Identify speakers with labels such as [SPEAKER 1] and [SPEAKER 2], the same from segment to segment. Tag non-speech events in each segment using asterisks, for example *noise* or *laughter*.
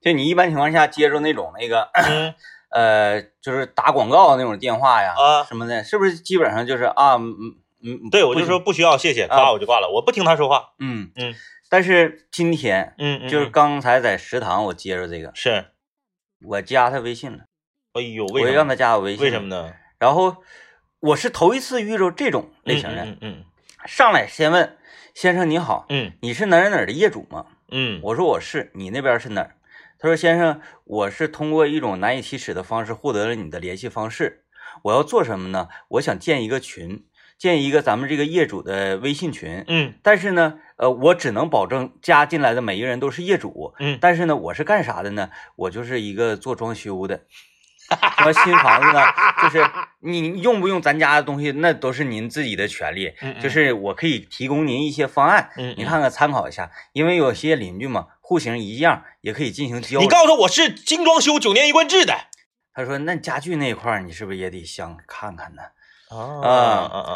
[SPEAKER 1] 就你一般情况下接着那种那个
[SPEAKER 2] 嗯
[SPEAKER 1] 呃，就是打广告那种电话呀、
[SPEAKER 2] 啊，
[SPEAKER 1] 什么的，是不是基本上就是啊，嗯嗯嗯，
[SPEAKER 2] 对我
[SPEAKER 1] 不
[SPEAKER 2] 就
[SPEAKER 1] 行啊
[SPEAKER 2] 说不需要，谢谢，挂我就挂了，我不听他说话。
[SPEAKER 1] 嗯
[SPEAKER 2] 嗯。
[SPEAKER 1] 但是今天
[SPEAKER 2] 嗯，嗯
[SPEAKER 1] 就是
[SPEAKER 2] 嗯
[SPEAKER 1] 刚才在食堂我接着这个，
[SPEAKER 2] 是，
[SPEAKER 1] 我加他微信了，
[SPEAKER 2] 哎呦，
[SPEAKER 1] 我
[SPEAKER 2] 为
[SPEAKER 1] 就
[SPEAKER 2] 什
[SPEAKER 1] 让
[SPEAKER 2] 么？
[SPEAKER 1] 他加我微信，
[SPEAKER 2] 为什么？呢？
[SPEAKER 1] 然后我是头一次遇着这种类型的，
[SPEAKER 2] 嗯嗯
[SPEAKER 1] 上来先问先生你好，
[SPEAKER 2] 嗯
[SPEAKER 1] 你是哪儿哪儿的业主吗？
[SPEAKER 2] 嗯嗯
[SPEAKER 1] 我说我是，你那边是哪儿？他说先生，我是通过一种难以启齿的方式获得了你的联系方式。我要做什么呢？我想建一个群，建一个咱们这个业主的微信群。
[SPEAKER 2] 嗯
[SPEAKER 1] 但是呢，呃，我只能保证加进来的每一个人都是业主。
[SPEAKER 2] 嗯
[SPEAKER 1] 但是呢，我是干啥的呢？我就是一个做装修的。什么新房子呢？就是你用不用咱家的东西，那都是您自己的权利。
[SPEAKER 2] 嗯，
[SPEAKER 1] 就是我可以提供您一些方案，
[SPEAKER 2] 嗯
[SPEAKER 1] 你看看参考一下，因为有些邻居嘛，户型一样，也可以进行交
[SPEAKER 2] 你
[SPEAKER 1] 流。
[SPEAKER 2] 告诉我是精装修九年一贯制的
[SPEAKER 1] 他说：“那家具那一块儿，你是不是也得想看看呢？”
[SPEAKER 2] 啊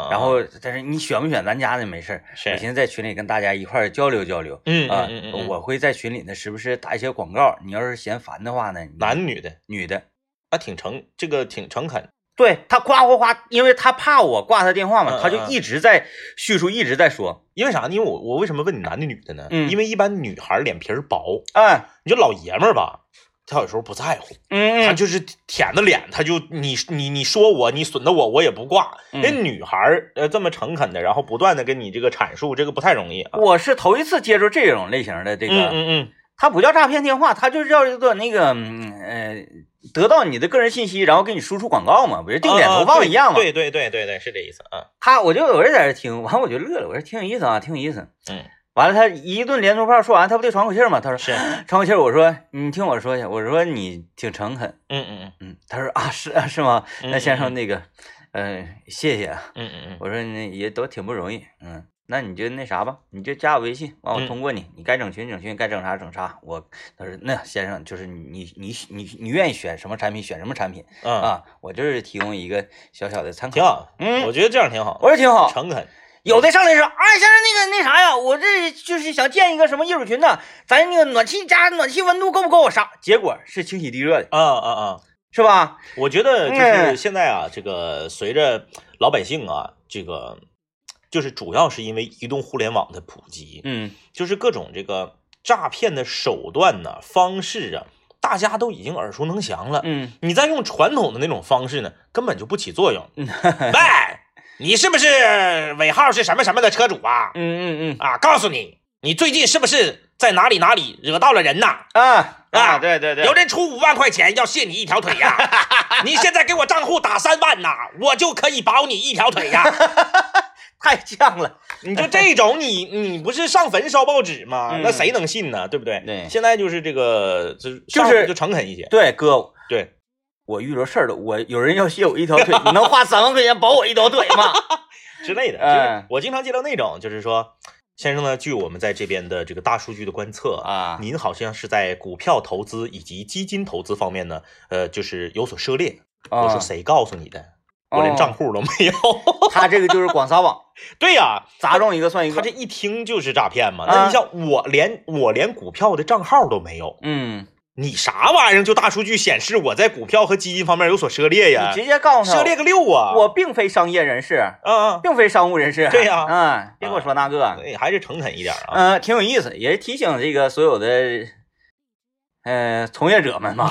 [SPEAKER 1] 然后，但是你选不选咱家的没事儿，
[SPEAKER 2] 是
[SPEAKER 1] 我寻思在群里跟大家一块儿交流交流。
[SPEAKER 2] 嗯
[SPEAKER 1] 啊、
[SPEAKER 2] 嗯嗯嗯，
[SPEAKER 1] 我会在群里呢，时不时打一些广告。你要是嫌烦的话呢，你
[SPEAKER 2] 男女的
[SPEAKER 1] 女的，
[SPEAKER 2] 啊挺诚，这个挺诚恳，
[SPEAKER 1] 对他夸夸夸，因为他怕我挂他电话嘛，
[SPEAKER 2] 嗯
[SPEAKER 1] 他就
[SPEAKER 2] 嗯嗯
[SPEAKER 1] 一直在叙述，一直在说，
[SPEAKER 2] 因为啥呢？因为我我为什么问你男的女的呢？
[SPEAKER 1] 嗯
[SPEAKER 2] 因为一般女孩脸皮儿薄，
[SPEAKER 1] 嗯
[SPEAKER 2] 你就老爷们儿吧，他有时候不在乎，
[SPEAKER 1] 嗯
[SPEAKER 2] 他
[SPEAKER 1] 嗯，
[SPEAKER 2] 就是舔着脸，他就你你你说我，你损的我，我也不挂。
[SPEAKER 1] 嗯
[SPEAKER 2] 那女孩儿呃这么诚恳的，然后不断的跟你这个阐述，这个不太容易啊。
[SPEAKER 1] 我是头一次接触这种类型的这个。
[SPEAKER 2] 嗯嗯嗯，
[SPEAKER 1] 它不叫诈骗电话，它就是要一个那个嗯呃，得到你的个人信息，然后给你输出广告嘛，不是定点
[SPEAKER 2] 啊啊
[SPEAKER 1] 投放
[SPEAKER 2] 对
[SPEAKER 1] 一样嘛。
[SPEAKER 2] 对对对对对，是这意思啊。
[SPEAKER 1] 他我就我就在这听，完我就乐了，我说挺有意思啊，挺有意思。
[SPEAKER 2] 嗯，
[SPEAKER 1] 完了他一顿连珠炮说完，他不得喘口气儿吗？他说
[SPEAKER 2] *laughs* 是，嗯
[SPEAKER 1] 喘口气儿，我说你听我说去，我说你挺诚恳，
[SPEAKER 2] 嗯嗯
[SPEAKER 1] 嗯，他说啊是啊是吗？
[SPEAKER 2] 嗯 *laughs*
[SPEAKER 1] 那先生
[SPEAKER 2] 嗯
[SPEAKER 1] 那个，嗯、谢谢啊，
[SPEAKER 2] 嗯嗯嗯，
[SPEAKER 1] 我说那也都挺不容易，嗯，那你就那啥吧，你就加我微信，完我
[SPEAKER 2] 嗯
[SPEAKER 1] 通过你，你该整群整群，该整啥整啥。我他说那先生就是你你你你愿意选什么产品选什么产品
[SPEAKER 2] 嗯啊，
[SPEAKER 1] 啊，我就是提供一个小小的参
[SPEAKER 2] 挺
[SPEAKER 1] 考。
[SPEAKER 2] 好，
[SPEAKER 1] 嗯
[SPEAKER 2] 我觉得这样挺好，
[SPEAKER 1] 我说挺好，
[SPEAKER 2] 诚恳。
[SPEAKER 1] 有的上来说，哎，先生那个那啥呀，我这就是想建一个什么业主群呢，咱那个暖气加暖气温度够不够啊？啥？结果是清洗地热的，
[SPEAKER 2] 啊啊啊！
[SPEAKER 1] 是吧？
[SPEAKER 2] 我觉得就是
[SPEAKER 1] 嗯
[SPEAKER 2] 现在啊，这个随着老百姓啊，这个就是主要是因为移动互联网的普及，
[SPEAKER 1] 嗯
[SPEAKER 2] 就是各种这个诈骗的手段呐、方式啊，大家都已经耳熟能详了。
[SPEAKER 1] 嗯，
[SPEAKER 2] 你再用传统的那种方式呢，根本就不起作用。
[SPEAKER 1] 嗯哎
[SPEAKER 2] 喂，你是不是尾号是什么什么的车主啊？
[SPEAKER 1] 嗯嗯嗯
[SPEAKER 2] 啊，告诉你，你最近是不是在哪里哪里惹到了人呐？
[SPEAKER 1] 啊
[SPEAKER 2] 啊
[SPEAKER 1] 对对对，
[SPEAKER 2] 有人出五万块钱要卸你一条腿呀、
[SPEAKER 1] *laughs*
[SPEAKER 2] 你现在给我账户打三万呐、我就可以保你一条腿呀、
[SPEAKER 1] 太犟了。
[SPEAKER 2] 你就这种你，你不是上坟烧报纸吗？
[SPEAKER 1] 嗯
[SPEAKER 2] 那谁能信呢？对不对？
[SPEAKER 1] 对
[SPEAKER 2] 现在就是这个，就是
[SPEAKER 1] 就
[SPEAKER 2] 上
[SPEAKER 1] 是
[SPEAKER 2] 就诚恳一些。
[SPEAKER 1] 对，哥，
[SPEAKER 2] 对，
[SPEAKER 1] 我遇着事儿了，我有人要卸我一条腿，你能花三万块钱保我一条腿
[SPEAKER 2] *laughs*
[SPEAKER 1] 吗？
[SPEAKER 2] 之类的。
[SPEAKER 1] 嗯
[SPEAKER 2] 就是我经常接到那种，就是说，先生呢，据我们在这边的这个大数据的观测，
[SPEAKER 1] 啊，
[SPEAKER 2] 您好像是在股票投资以及基金投资方面呢，呃，就是有所涉猎。
[SPEAKER 1] 啊
[SPEAKER 2] 我
[SPEAKER 1] 嗯
[SPEAKER 2] 说谁告诉你的？我连账
[SPEAKER 1] 户，
[SPEAKER 2] 户都没有。
[SPEAKER 1] 哦
[SPEAKER 2] *laughs*
[SPEAKER 1] 他这个就是广撒网，
[SPEAKER 2] 对呀、
[SPEAKER 1] 砸中一个算一
[SPEAKER 2] 他
[SPEAKER 1] 个
[SPEAKER 2] 这。一听就是诈骗嘛。
[SPEAKER 1] 啊
[SPEAKER 2] 那你像我连我连股票的账号都没有，
[SPEAKER 1] 嗯，
[SPEAKER 2] 你啥玩意儿就大数据显示我在股票和基金方面有所涉猎呀
[SPEAKER 1] 你？直接告诉他，
[SPEAKER 2] 呃涉猎个六啊！
[SPEAKER 1] 我并非商业人士，
[SPEAKER 2] 啊啊，
[SPEAKER 1] 并非商务人士。
[SPEAKER 2] 对呀啊
[SPEAKER 1] 嗯，别给我说那个，
[SPEAKER 2] 哎还是诚恳一点啊。
[SPEAKER 1] 嗯，挺有意思，也是提醒这个所有的，呃，从业者们
[SPEAKER 2] *laughs*
[SPEAKER 1] 嘛，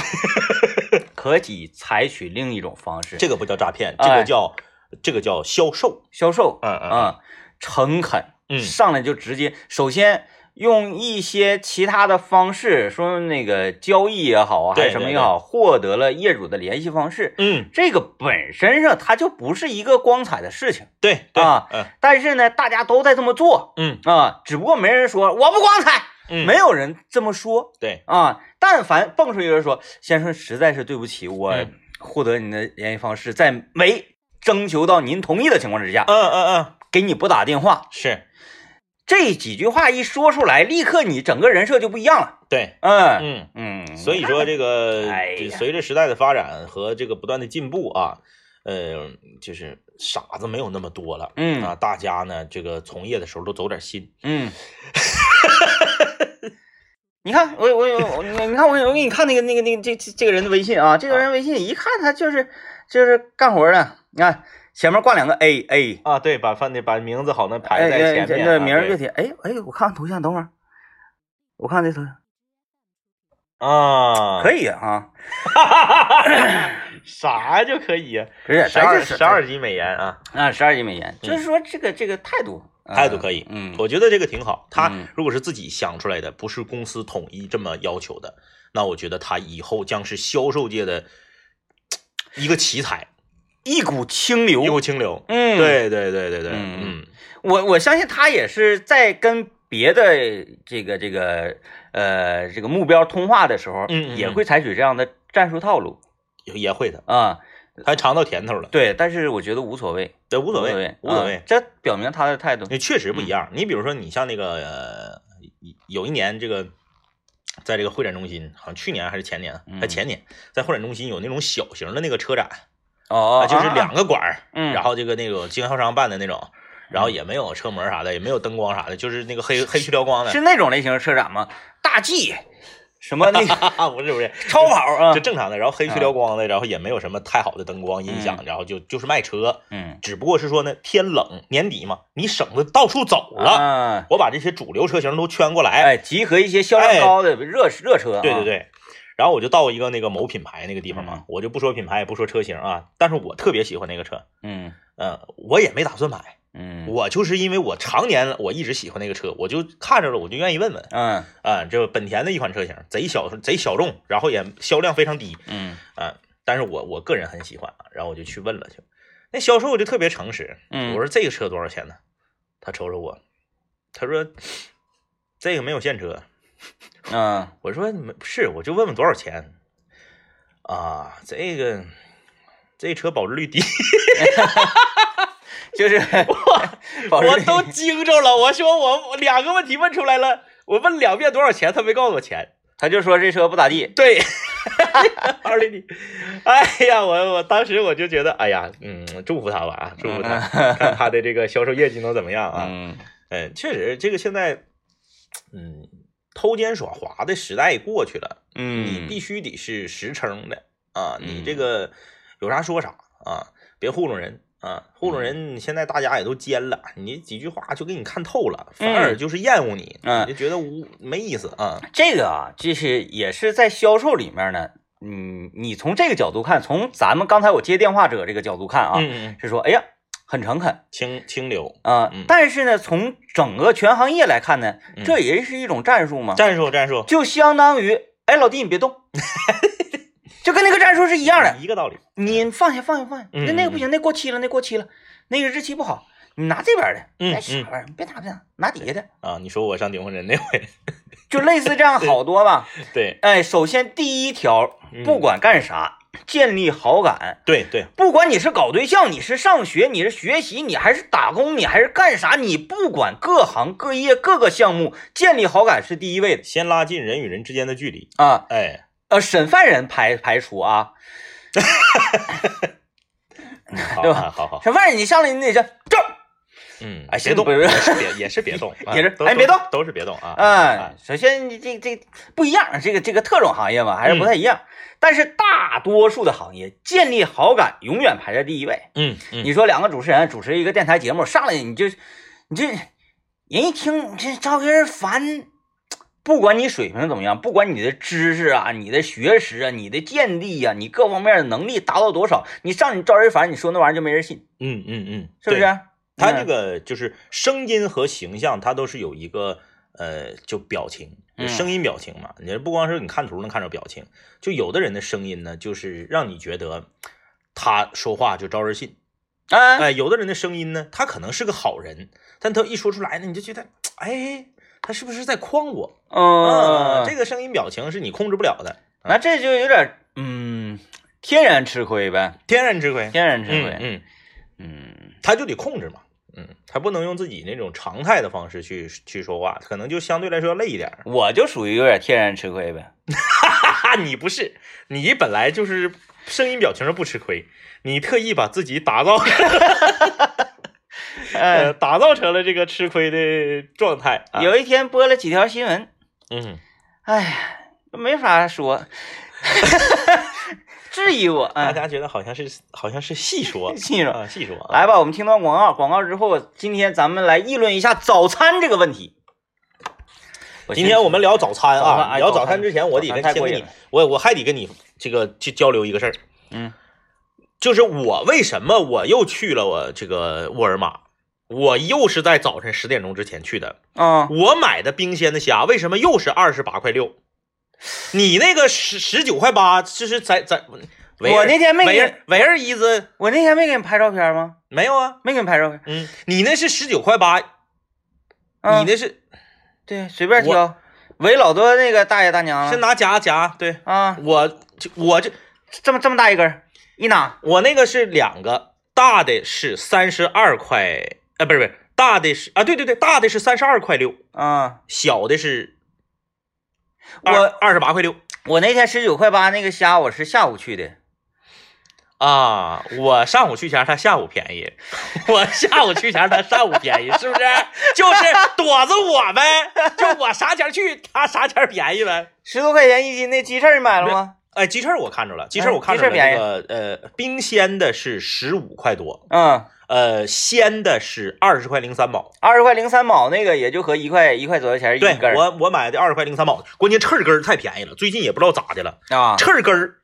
[SPEAKER 1] 可以采取另一种方式，
[SPEAKER 2] 这个不叫诈骗，这个
[SPEAKER 1] 哎
[SPEAKER 2] 叫这个叫销售。
[SPEAKER 1] 销售，
[SPEAKER 2] 嗯嗯
[SPEAKER 1] 啊，诚恳，
[SPEAKER 2] 嗯
[SPEAKER 1] 上来就直接，首先用一些其他的方式，说那个交易也好啊，
[SPEAKER 2] 对
[SPEAKER 1] 还是什么也好，获得了业主的联系方式，
[SPEAKER 2] 嗯，
[SPEAKER 1] 这个本身上它就不是一个光彩的事情，
[SPEAKER 2] 对对
[SPEAKER 1] 啊
[SPEAKER 2] 嗯
[SPEAKER 1] 但是呢，大家都在这么做
[SPEAKER 2] 嗯
[SPEAKER 1] 啊，只不过没人说我不光彩，
[SPEAKER 2] 嗯，
[SPEAKER 1] 没有人这么说
[SPEAKER 2] 对，
[SPEAKER 1] 啊。但凡蹦出一个人说，先生实在是对不起，我
[SPEAKER 2] 嗯
[SPEAKER 1] 获得您的联系方式，在没征求到您同意的情况之下，
[SPEAKER 2] 嗯嗯嗯，
[SPEAKER 1] 给你拨打电话，
[SPEAKER 2] 是
[SPEAKER 1] 这几句话一说出来，立刻你整个人设就不一样了。
[SPEAKER 2] 对，
[SPEAKER 1] 嗯
[SPEAKER 2] 嗯。
[SPEAKER 1] 嗯，
[SPEAKER 2] 所以说这个
[SPEAKER 1] 哎
[SPEAKER 2] 这
[SPEAKER 1] 呀
[SPEAKER 2] 随着时代的发展和这个不断的进步啊，呃，就是傻子没有那么多了。
[SPEAKER 1] 嗯
[SPEAKER 2] 啊，大家呢，这个从业的时候都走点心。
[SPEAKER 1] 嗯， *laughs* 你看我我我你你看我我给你看那个那个那个这这这个人的微信啊，这个人微信一看他就是就是干活的，你看前面挂两个 A A，
[SPEAKER 2] 啊，对，把饭店把名字好像排
[SPEAKER 1] 哎
[SPEAKER 2] 在
[SPEAKER 1] 哎
[SPEAKER 2] 前面啊，
[SPEAKER 1] 这名儿
[SPEAKER 2] 对
[SPEAKER 1] 就写，哎哎，我看看头像，等会儿我看这头像
[SPEAKER 2] 啊，
[SPEAKER 1] 可
[SPEAKER 2] 以，
[SPEAKER 1] 以啊， *laughs*
[SPEAKER 2] 啥就可以呀？
[SPEAKER 1] 可以，啊
[SPEAKER 2] 十二
[SPEAKER 1] 十
[SPEAKER 2] 十二级美颜啊，
[SPEAKER 1] 啊十二级美颜，就是说这个这个态度
[SPEAKER 2] 态度可以
[SPEAKER 1] 嗯
[SPEAKER 2] 我觉得这个挺好。他
[SPEAKER 1] 嗯
[SPEAKER 2] 如果是自己想出来的，不是公司统一这么要求的，那我觉得他以后将是销售界的嘖一个奇才，
[SPEAKER 1] 一股清
[SPEAKER 2] 一
[SPEAKER 1] 流
[SPEAKER 2] 股，清流。
[SPEAKER 1] 嗯，
[SPEAKER 2] 对对对对对，
[SPEAKER 1] 嗯
[SPEAKER 2] 嗯，
[SPEAKER 1] 我我相信他也是在跟别的这个这个呃这个目标通话的时候，
[SPEAKER 2] 嗯嗯嗯
[SPEAKER 1] 也会采取这样的战术套路
[SPEAKER 2] 也也会的，
[SPEAKER 1] 啊、
[SPEAKER 2] 还尝到甜头了，
[SPEAKER 1] 对，但是我觉得无所谓，
[SPEAKER 2] 这无
[SPEAKER 1] 无
[SPEAKER 2] 所谓
[SPEAKER 1] 谓，，
[SPEAKER 2] 无所
[SPEAKER 1] 啊
[SPEAKER 2] 谓。
[SPEAKER 1] 这表明他的态度。
[SPEAKER 2] 那确实不一样。你比如说，你像那个呃，有一年这个。在这个会展中心，好像去年还是前年，还
[SPEAKER 1] 嗯
[SPEAKER 2] 前年，在会展中心有那种小型的那个车展，
[SPEAKER 1] 哦
[SPEAKER 2] 啊，，就是
[SPEAKER 1] 啊，
[SPEAKER 2] 两个馆儿，
[SPEAKER 1] 嗯
[SPEAKER 2] 然后这个那个经销商办的那种，然后也没有车模啥的，也没有灯光啥的，就是那个黑黑区辽光的
[SPEAKER 1] 是，那种类型的车展吗？大
[SPEAKER 2] *laughs*
[SPEAKER 1] G，什么那个
[SPEAKER 2] 哈哈，不是不是，
[SPEAKER 1] 超跑啊
[SPEAKER 2] 就？正常的，然后黑区辽光的，然后也没有什么太好的灯光音响，然后就就是卖车，
[SPEAKER 1] 嗯，
[SPEAKER 2] 只不过是说呢，天冷年底嘛，你省得到处走了，
[SPEAKER 1] 啊，
[SPEAKER 2] 我把这些主流车型都圈过来，
[SPEAKER 1] 哎，集合一些销量高的热热车啊，
[SPEAKER 2] 哎对对对。然后我就到一个那个某品牌那个地方嘛，
[SPEAKER 1] 嗯
[SPEAKER 2] 我就不说品牌，也不说车型啊，但是我特别喜欢那个车，
[SPEAKER 1] 嗯，
[SPEAKER 2] 嗯、我也没打算买，
[SPEAKER 1] 嗯嗯
[SPEAKER 2] 我就是因为我常年我一直喜欢那个车，我就看着了，我就愿意问问
[SPEAKER 1] 嗯
[SPEAKER 2] 啊、这本田的一款车型，贼小贼小众，然后也销量非常低
[SPEAKER 1] 嗯
[SPEAKER 2] 啊、但是我我个人很喜欢啊，然后我就去问了去，那销售就特别诚实，
[SPEAKER 1] 嗯
[SPEAKER 2] 我说这个车多少钱呢？他瞅瞅我，他说这个没有现车，
[SPEAKER 1] 嗯
[SPEAKER 2] 我说你们是，我就问问多少钱啊，这个这车保值率低。
[SPEAKER 1] 就是 *laughs* 保持
[SPEAKER 2] 我都惊着了。我说我我两个问题问出来了，我问两遍多少钱，他没告诉我钱。
[SPEAKER 1] 他就说这车不咋地，
[SPEAKER 2] 对， *laughs* 二零零，哎呀，我我当时我就觉得，哎呀，嗯，祝福他吧啊，祝
[SPEAKER 1] *laughs*
[SPEAKER 2] 福他，看他的这个销售业绩能怎么样啊？
[SPEAKER 1] 嗯
[SPEAKER 2] 嗯，确实，这个现在，嗯，偷奸耍滑的时代过去了，你
[SPEAKER 1] 嗯
[SPEAKER 2] 必须得是实诚的啊，你
[SPEAKER 1] 嗯
[SPEAKER 2] 这个有啥说啥啊，别糊弄人啊，糊
[SPEAKER 1] 嗯
[SPEAKER 2] 弄人现在大家也都尖了，你几句话就给你看透了，反而就是厌恶你，
[SPEAKER 1] 嗯
[SPEAKER 2] 你就觉得无没意思啊，
[SPEAKER 1] 这个啊，就是也是在销售里面呢，嗯，你从这个角度看，从咱们刚才我接电话者这个角度看啊，
[SPEAKER 2] 嗯，
[SPEAKER 1] 是说，哎呀，很诚恳
[SPEAKER 2] 清清流
[SPEAKER 1] 啊、
[SPEAKER 2] 嗯
[SPEAKER 1] 但是呢，从整个全行业来看呢，
[SPEAKER 2] 嗯
[SPEAKER 1] 这也是一种战术嘛，
[SPEAKER 2] 战术战术，
[SPEAKER 1] 就相当于，哎，老弟你别
[SPEAKER 2] *laughs*
[SPEAKER 1] 动，就跟那个战术是一样的，
[SPEAKER 2] 一个道理，
[SPEAKER 1] 你放下放下放下，那
[SPEAKER 2] 嗯
[SPEAKER 1] 那个不行，那过期了，那过期了，那个日期不好，你拿这边的，
[SPEAKER 2] 嗯
[SPEAKER 1] 哎，啥玩意儿，别拿别拿，拿底下的，
[SPEAKER 2] 啊，你说我上顶峰人那回，
[SPEAKER 1] 就类似这样好多吧。
[SPEAKER 2] *laughs*
[SPEAKER 1] *laughs*
[SPEAKER 2] 对
[SPEAKER 1] 哎，首先第一条，
[SPEAKER 2] 嗯
[SPEAKER 1] 不管干啥，建立好感。
[SPEAKER 2] 对对，
[SPEAKER 1] 不管你是搞对象，你是上学，你是学习，你还是打工，你还是干啥，你不管各行各业各个项目，建立好感是第一位的
[SPEAKER 2] 先拉近人与人之间的距离，
[SPEAKER 1] 啊。
[SPEAKER 2] 哎，
[SPEAKER 1] 呃，审犯人排排除啊，嗯
[SPEAKER 2] 好
[SPEAKER 1] 对吧
[SPEAKER 2] 啊好好，
[SPEAKER 1] 审犯人你上来你得这这儿，
[SPEAKER 2] 嗯，
[SPEAKER 1] *laughs* 哎
[SPEAKER 2] 别动，
[SPEAKER 1] 不是
[SPEAKER 2] 也是别也是别动，啊
[SPEAKER 1] *laughs* 也是
[SPEAKER 2] 都
[SPEAKER 1] 哎
[SPEAKER 2] 都
[SPEAKER 1] 别动
[SPEAKER 2] 都是别动啊，
[SPEAKER 1] 哎，，首先你这这不一样，这个这个特种行业嘛还是不
[SPEAKER 2] 嗯
[SPEAKER 1] 太一样，但是大多数的行业建立好感永远排在第一位。
[SPEAKER 2] 嗯嗯，
[SPEAKER 1] 你说两个主持人主持一个电台节目，上来你就你这人一听这招人烦，不管你水平怎么样，不管你的知识啊、你的学识啊、你的见地呀、你各方面的能力达到多少，你上你招人烦，你说那玩意儿就没人信，
[SPEAKER 2] 嗯嗯嗯，
[SPEAKER 1] 是不啊
[SPEAKER 2] 对
[SPEAKER 1] 是？
[SPEAKER 2] 他
[SPEAKER 1] 嗯
[SPEAKER 2] 这个就是声音和形象，它都是有一个呃，就表情
[SPEAKER 1] 嗯，
[SPEAKER 2] 声音表情嘛。你不光是你看图能看着表情，就有的人的声音呢，就是让你觉得他说话就招人信。
[SPEAKER 1] 哎，
[SPEAKER 2] 哎，有的人的声音呢，他可能是个好人，但他一说出来呢，你就觉得，哎，他是不是在诓我？啊
[SPEAKER 1] 嗯，
[SPEAKER 2] 这个声音表情是你控制不了的，
[SPEAKER 1] 那这就有点嗯，天然吃亏呗，
[SPEAKER 2] 天然吃亏。
[SPEAKER 1] 天然吃
[SPEAKER 2] 嗯
[SPEAKER 1] 亏，
[SPEAKER 2] 嗯，
[SPEAKER 1] 嗯
[SPEAKER 2] 他就得控制嘛。嗯，他不能用自己那种常态的方式去去说话，可能就相对来说要累一点儿。
[SPEAKER 1] 嗯我就属于有点天然吃亏呗，
[SPEAKER 2] 哈，你不是，你本来就是声音表情上不吃亏，你特意把自己打造，
[SPEAKER 1] 哎
[SPEAKER 2] 呃，，打造成了这个吃亏的状态。啊、
[SPEAKER 1] 有一天播了几条新闻。
[SPEAKER 2] 嗯，
[SPEAKER 1] 哎呀，没法说， *laughs* 质疑我
[SPEAKER 2] 大
[SPEAKER 1] 啊。
[SPEAKER 2] 家觉得好像是好像是细
[SPEAKER 1] *laughs*
[SPEAKER 2] 说
[SPEAKER 1] 细说
[SPEAKER 2] 啊，细说啊。
[SPEAKER 1] 来吧，我们听到广告，广告之后，今天咱们来议论一下早餐这个问题。我
[SPEAKER 2] 今天我们聊早餐
[SPEAKER 1] 早餐
[SPEAKER 2] 啊，
[SPEAKER 1] 哎
[SPEAKER 2] 聊
[SPEAKER 1] 早
[SPEAKER 2] 早
[SPEAKER 1] 餐
[SPEAKER 2] 餐之前，我得
[SPEAKER 1] 早
[SPEAKER 2] 跟
[SPEAKER 1] 餐太
[SPEAKER 2] 先
[SPEAKER 1] 过
[SPEAKER 2] 跟
[SPEAKER 1] 瘾
[SPEAKER 2] 你
[SPEAKER 1] 了，
[SPEAKER 2] 我我还得跟你这个去交流一个事儿，
[SPEAKER 1] 嗯，
[SPEAKER 2] 就是我为什么我又去了我这个沃尔玛，我又是在早晨十点钟之前去的，
[SPEAKER 1] 啊，
[SPEAKER 2] 我买的冰鲜的虾为什么又是二十八块六？你那个十十九块八，就是在在维
[SPEAKER 1] 我
[SPEAKER 2] 尔
[SPEAKER 1] 那天没
[SPEAKER 2] 维
[SPEAKER 1] 给
[SPEAKER 2] 尔维尔伊兹
[SPEAKER 1] 我那天没给你拍照片吗？
[SPEAKER 2] 没有啊？
[SPEAKER 1] 没给你拍照片。
[SPEAKER 2] 嗯，你那是十九块八，
[SPEAKER 1] 啊、
[SPEAKER 2] 你那是
[SPEAKER 1] 对，随便挑，围老多那个大爷大娘
[SPEAKER 2] 是
[SPEAKER 1] 了
[SPEAKER 2] 拿夹夹对，
[SPEAKER 1] 啊，
[SPEAKER 2] 我就我这
[SPEAKER 1] 这么这么大一根儿，一拿
[SPEAKER 2] 我那个是两个，大的是三十二块，呃，不是不是，大的是啊，对对对，大的是三十二块六，
[SPEAKER 1] 啊。
[SPEAKER 2] 小的是
[SPEAKER 1] 我
[SPEAKER 2] 二十八块六
[SPEAKER 1] 我那天十九块八那个虾，我是下午去的，
[SPEAKER 2] 啊。我上午去前，他下午便宜；我下午去前，他上午便宜，是不是？就是躲着我呗，就我啥钱去，他啥钱便宜呗。
[SPEAKER 1] 十多块钱一斤那鸡翅儿你买了吗？
[SPEAKER 2] 哎，鸡翅儿我看着了，鸡翅儿
[SPEAKER 1] 哎
[SPEAKER 2] 我看
[SPEAKER 1] 鸡
[SPEAKER 2] 着
[SPEAKER 1] 翅儿
[SPEAKER 2] 了，
[SPEAKER 1] 便宜
[SPEAKER 2] 那个呃，冰鲜的是十五块多，
[SPEAKER 1] 嗯，
[SPEAKER 2] 呃，鲜的是二十块零三毛。
[SPEAKER 1] 二十块零三毛那个也就合一块一块左右钱一
[SPEAKER 2] 对
[SPEAKER 1] 根儿。
[SPEAKER 2] 我我买的二十块零三毛，关键翅儿根儿太便宜了，最近也不知道咋的了，
[SPEAKER 1] 啊，
[SPEAKER 2] 翅儿根儿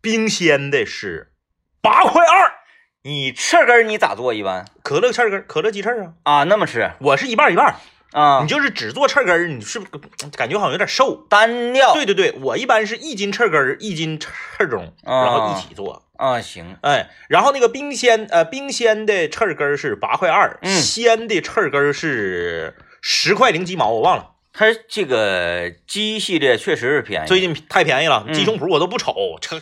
[SPEAKER 2] 冰鲜的是八块二，
[SPEAKER 1] 你翅根儿你咋做一般
[SPEAKER 2] 可乐翅儿根儿可乐鸡翅儿啊，
[SPEAKER 1] 啊？那么吃
[SPEAKER 2] 我是一半儿一半儿，
[SPEAKER 1] 啊
[SPEAKER 2] 你？就是只做翅儿根儿，你是不是感觉好像有点瘦？
[SPEAKER 1] 单料
[SPEAKER 2] 对对对，我一般是一斤翅儿根儿，一斤翅儿中，然后一起做。
[SPEAKER 1] 啊，行，
[SPEAKER 2] 哎，然后那个冰鲜呃冰鲜的翅儿根儿是八块二，
[SPEAKER 1] 嗯
[SPEAKER 2] 鲜的翅儿根儿是十块零几毛，我忘了。
[SPEAKER 1] 它这个鸡系列确实是便宜，
[SPEAKER 2] 最近太便宜了，
[SPEAKER 1] 嗯
[SPEAKER 2] 鸡胸脯我都不瞅，这，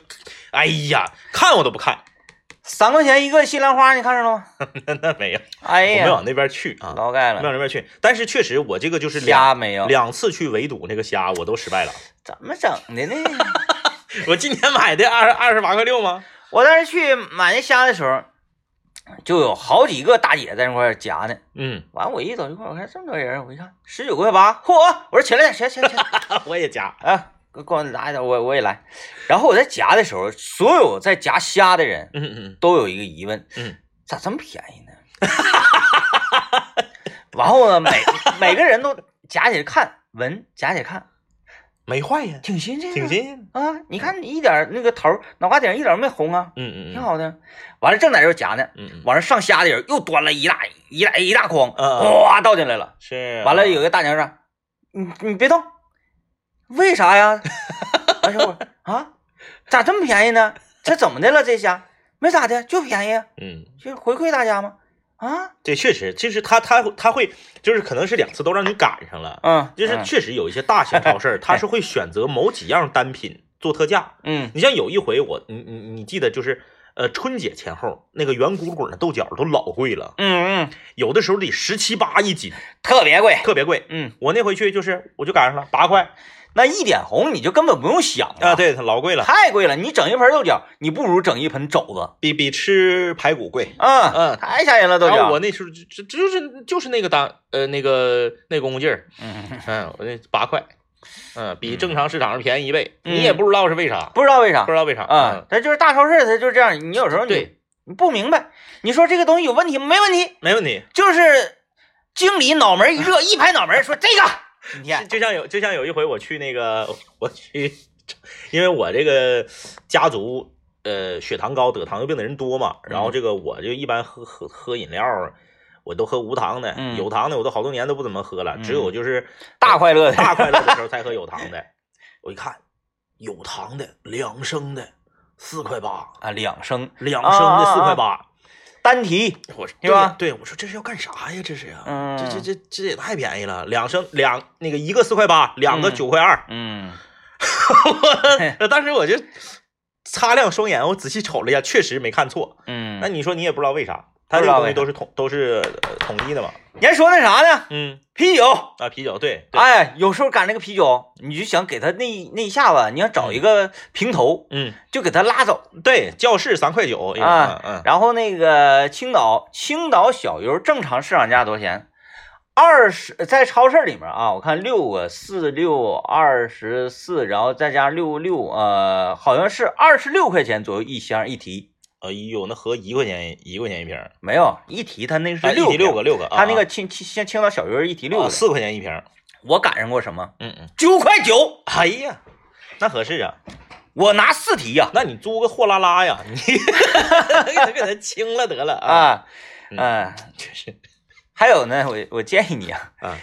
[SPEAKER 2] 哎呀，看我都不看，
[SPEAKER 1] 三块钱一个西兰花，你看着了吗？
[SPEAKER 2] 那那没有，
[SPEAKER 1] 哎
[SPEAKER 2] 我没
[SPEAKER 1] 呀，
[SPEAKER 2] 往那边去啊，
[SPEAKER 1] 劳盖
[SPEAKER 2] 没往
[SPEAKER 1] 了，
[SPEAKER 2] 那边去。但是确实，我这个就是
[SPEAKER 1] 虾
[SPEAKER 2] 两
[SPEAKER 1] 没有，
[SPEAKER 2] 两次去围堵那个虾，我都失败了。
[SPEAKER 1] 怎么整的呢？ *laughs*
[SPEAKER 2] 我今天买的二二十八块六吗？
[SPEAKER 1] 我当时去买那虾的时候，就有好几个大姐在那块儿夹呢。
[SPEAKER 2] 嗯，
[SPEAKER 1] 完，我一走一块儿，我看这么多人，我一看十九块八，嚯！我说起来点，起来起来起来，
[SPEAKER 2] 我也加，
[SPEAKER 1] 啊，给我拿一点，我我也来。然后我在夹的时候，所有在夹虾的人
[SPEAKER 2] 嗯嗯
[SPEAKER 1] 都有一个疑问，
[SPEAKER 2] 嗯，
[SPEAKER 1] 咋这么便宜呢？ *laughs* 然后呢，每每个人都夹起来看，闻，夹起来看，
[SPEAKER 2] 没坏呀，
[SPEAKER 1] 挺新鲜啊，
[SPEAKER 2] 挺新鲜。
[SPEAKER 1] 啊！你看一点那个头儿，脑瓜顶儿一点儿没红啊，
[SPEAKER 2] 嗯嗯，
[SPEAKER 1] 挺好的。完了，正在这夹呢，
[SPEAKER 2] 嗯，嗯嗯，
[SPEAKER 1] 完了上虾的人又端了一大一大一大筐，
[SPEAKER 2] 嗯嗯
[SPEAKER 1] 哗倒进来了。
[SPEAKER 2] 是。
[SPEAKER 1] *laughs* 完了，有个大娘说：“你你别动，为啥呀？”完事我说啊，咋这么便宜呢？这怎么的了？这虾没咋的，就便宜，
[SPEAKER 2] 嗯，
[SPEAKER 1] 就回馈大家嘛。啊，
[SPEAKER 2] 这确实，就是他他他会，就是可能是两次都让你赶上了。
[SPEAKER 1] 嗯，
[SPEAKER 2] 就是确实有一些大型超
[SPEAKER 1] *laughs*
[SPEAKER 2] 市，它是会选择某几样单品做特价。
[SPEAKER 1] 嗯
[SPEAKER 2] 你像有一回我，你你你记得就是，呃，春节前后那个圆滚滚的豆角都老贵了，
[SPEAKER 1] 嗯嗯，
[SPEAKER 2] 有的时候得十七八一斤，
[SPEAKER 1] 特别贵。
[SPEAKER 2] 特别贵。
[SPEAKER 1] 嗯，
[SPEAKER 2] 我那回去就是，我就赶上了八块
[SPEAKER 1] 那一点红你就根本不用想
[SPEAKER 2] 啊，，对，它老贵了，
[SPEAKER 1] 太贵了。你整一盆豆角，你不如整一盆肘子。
[SPEAKER 2] 比比吃排骨贵。
[SPEAKER 1] 嗯
[SPEAKER 2] 嗯
[SPEAKER 1] 太吓人了豆
[SPEAKER 2] 然
[SPEAKER 1] 角。
[SPEAKER 2] 后我那时候就就就是就是那个单呃那个那功夫劲
[SPEAKER 1] *laughs*
[SPEAKER 2] 儿，
[SPEAKER 1] 嗯，
[SPEAKER 2] 嗯，我那八块，嗯，比正常市场上便宜一倍，
[SPEAKER 1] 嗯
[SPEAKER 2] 你也不知道是为啥，
[SPEAKER 1] 不知道为啥
[SPEAKER 2] 不知道为啥，
[SPEAKER 1] 啊
[SPEAKER 2] 嗯，，
[SPEAKER 1] 它就是大超市，它就是这样。你有时候你
[SPEAKER 2] 对，
[SPEAKER 1] 你不明白，你说这个东西有问题没问题？
[SPEAKER 2] 没问题。
[SPEAKER 1] 就是经理脑门一 *laughs* 热，一拍脑门说这个，今天
[SPEAKER 2] 就像有就像有一回我去那个我去，因为我这个家族呃血糖高得糖尿病的人多嘛，然
[SPEAKER 1] 嗯
[SPEAKER 2] 后这个我就一般喝喝喝饮料啊，我都喝无糖的，
[SPEAKER 1] 嗯
[SPEAKER 2] 有糖的我都好多年都不怎么喝了，只有就是呃
[SPEAKER 1] 大快 *laughs* 乐的，
[SPEAKER 2] 大快乐的时候才喝有糖的。我一看有糖的两升的四块八，
[SPEAKER 1] 啊，两升
[SPEAKER 2] 两升的四块八。
[SPEAKER 1] 单提，
[SPEAKER 2] 我说
[SPEAKER 1] 啊是吧
[SPEAKER 2] 对？对，我说这是要干啥呀？这是呀、
[SPEAKER 1] 嗯
[SPEAKER 2] 这这这这也太便宜了，两升两那个一个四块八，两个
[SPEAKER 1] 嗯
[SPEAKER 2] 九块二、
[SPEAKER 1] *laughs* 嗯，
[SPEAKER 2] 我 *laughs* 当时我就擦亮双眼，我仔细瞅了一下，确实没看错。
[SPEAKER 1] 嗯
[SPEAKER 2] 那
[SPEAKER 1] 那
[SPEAKER 2] 你说你也不知道为啥，它
[SPEAKER 1] 不知
[SPEAKER 2] 这个
[SPEAKER 1] 道
[SPEAKER 2] 东
[SPEAKER 1] 为
[SPEAKER 2] 西
[SPEAKER 1] 啥
[SPEAKER 2] 都是统都是呃统一的嘛。
[SPEAKER 1] 你还说那啥呢？
[SPEAKER 2] 嗯
[SPEAKER 1] 啤酒，
[SPEAKER 2] 啊，啤酒对，对
[SPEAKER 1] 哎，有时候赶这个啤酒，你就想给他那一那一下子，你要找一个平头，
[SPEAKER 2] 嗯
[SPEAKER 1] 就给他拉走。
[SPEAKER 2] 对，教室三块九
[SPEAKER 1] 啊
[SPEAKER 2] 嗯
[SPEAKER 1] 然后那个青岛青岛小油正常市场价多少钱？二十在超市里面啊，我看六个四六二十四，然后再加六六，呃，好像是二十六块钱左右一箱一提，
[SPEAKER 2] 哎呦，那合一块钱一块钱一瓶儿，
[SPEAKER 1] 没有一提它那是
[SPEAKER 2] 哎，一
[SPEAKER 1] 六
[SPEAKER 2] 提六个，六个，
[SPEAKER 1] 他那
[SPEAKER 2] 啊
[SPEAKER 1] 个青青像青岛小鱼儿一提六
[SPEAKER 2] 啊
[SPEAKER 1] 个，
[SPEAKER 2] 四块钱一瓶儿，
[SPEAKER 1] 我赶上过什么
[SPEAKER 2] 嗯嗯，
[SPEAKER 1] 九块九，
[SPEAKER 2] 哎呀，那合适啊，
[SPEAKER 1] 我拿四提呀
[SPEAKER 2] 那你租个货拉拉呀，你 *laughs* 给他给他清了得了啊，
[SPEAKER 1] 啊，
[SPEAKER 2] 嗯
[SPEAKER 1] 嗯，
[SPEAKER 2] 真是
[SPEAKER 1] 还有呢，我我建议你啊，
[SPEAKER 2] 啊，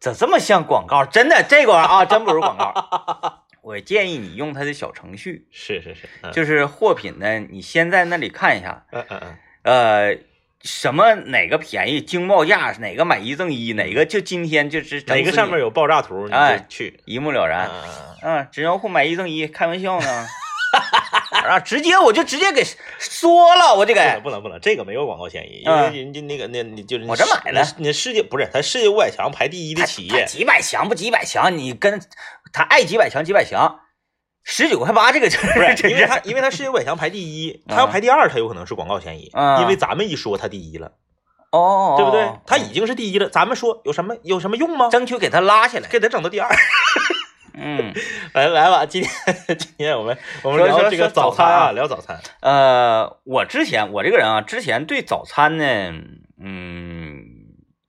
[SPEAKER 1] 咋这么像广告？真的，这个玩意儿啊，真不是广告。
[SPEAKER 2] *laughs*
[SPEAKER 1] 我建议你用它的小程序，
[SPEAKER 2] *laughs* 是是是，嗯
[SPEAKER 1] 就是货品呢，你先在那里看一下，
[SPEAKER 2] 嗯嗯嗯，
[SPEAKER 1] 呃，什么哪个便宜，经报价，哪个买一赠一，哪个就今天就是
[SPEAKER 2] 哪个上面
[SPEAKER 1] 有，
[SPEAKER 2] 有爆炸图，你
[SPEAKER 1] 哎
[SPEAKER 2] 就去，
[SPEAKER 1] 一目了然。
[SPEAKER 2] 嗯嗯嗯
[SPEAKER 1] 嗯，纸尿裤买一赠一，开玩笑呢。 *laughs* 啊，直接我就直接给说了，我就
[SPEAKER 2] 不能
[SPEAKER 1] 给
[SPEAKER 2] 不能不能，这个没有广告嫌疑，因
[SPEAKER 1] 嗯
[SPEAKER 2] 为人家那个那你就是
[SPEAKER 1] 我这买了
[SPEAKER 2] 你世界不是他世界五百强排第一的
[SPEAKER 1] 他
[SPEAKER 2] 企
[SPEAKER 1] 他
[SPEAKER 2] 业，
[SPEAKER 1] 几百强不几百强，你跟他爱几百强几百强，十九块八这个真
[SPEAKER 2] 不
[SPEAKER 1] 是
[SPEAKER 2] 是，因
[SPEAKER 1] 真
[SPEAKER 2] 为
[SPEAKER 1] 是嗯
[SPEAKER 2] 他因为他世界五百强排第一，他要排第二，他有可能是广告嫌疑，
[SPEAKER 1] 啊
[SPEAKER 2] 因为咱们一说他第一了，
[SPEAKER 1] 哦，
[SPEAKER 2] 对不对？他
[SPEAKER 1] 已
[SPEAKER 2] 已经是第一了，咱们说有什么有什么用吗？
[SPEAKER 1] 争取给他拉起来。
[SPEAKER 2] 给他整到第二，
[SPEAKER 1] 嗯，
[SPEAKER 2] *laughs* 来来吧，今天 *laughs* 今天我们我们
[SPEAKER 1] 说
[SPEAKER 2] 聊
[SPEAKER 1] 说
[SPEAKER 2] 这个
[SPEAKER 1] 说早
[SPEAKER 2] 早餐
[SPEAKER 1] 餐
[SPEAKER 2] 啊，
[SPEAKER 1] 啊
[SPEAKER 2] 聊早餐，
[SPEAKER 1] 呃，我之前我这个人啊，之前对早餐呢，嗯，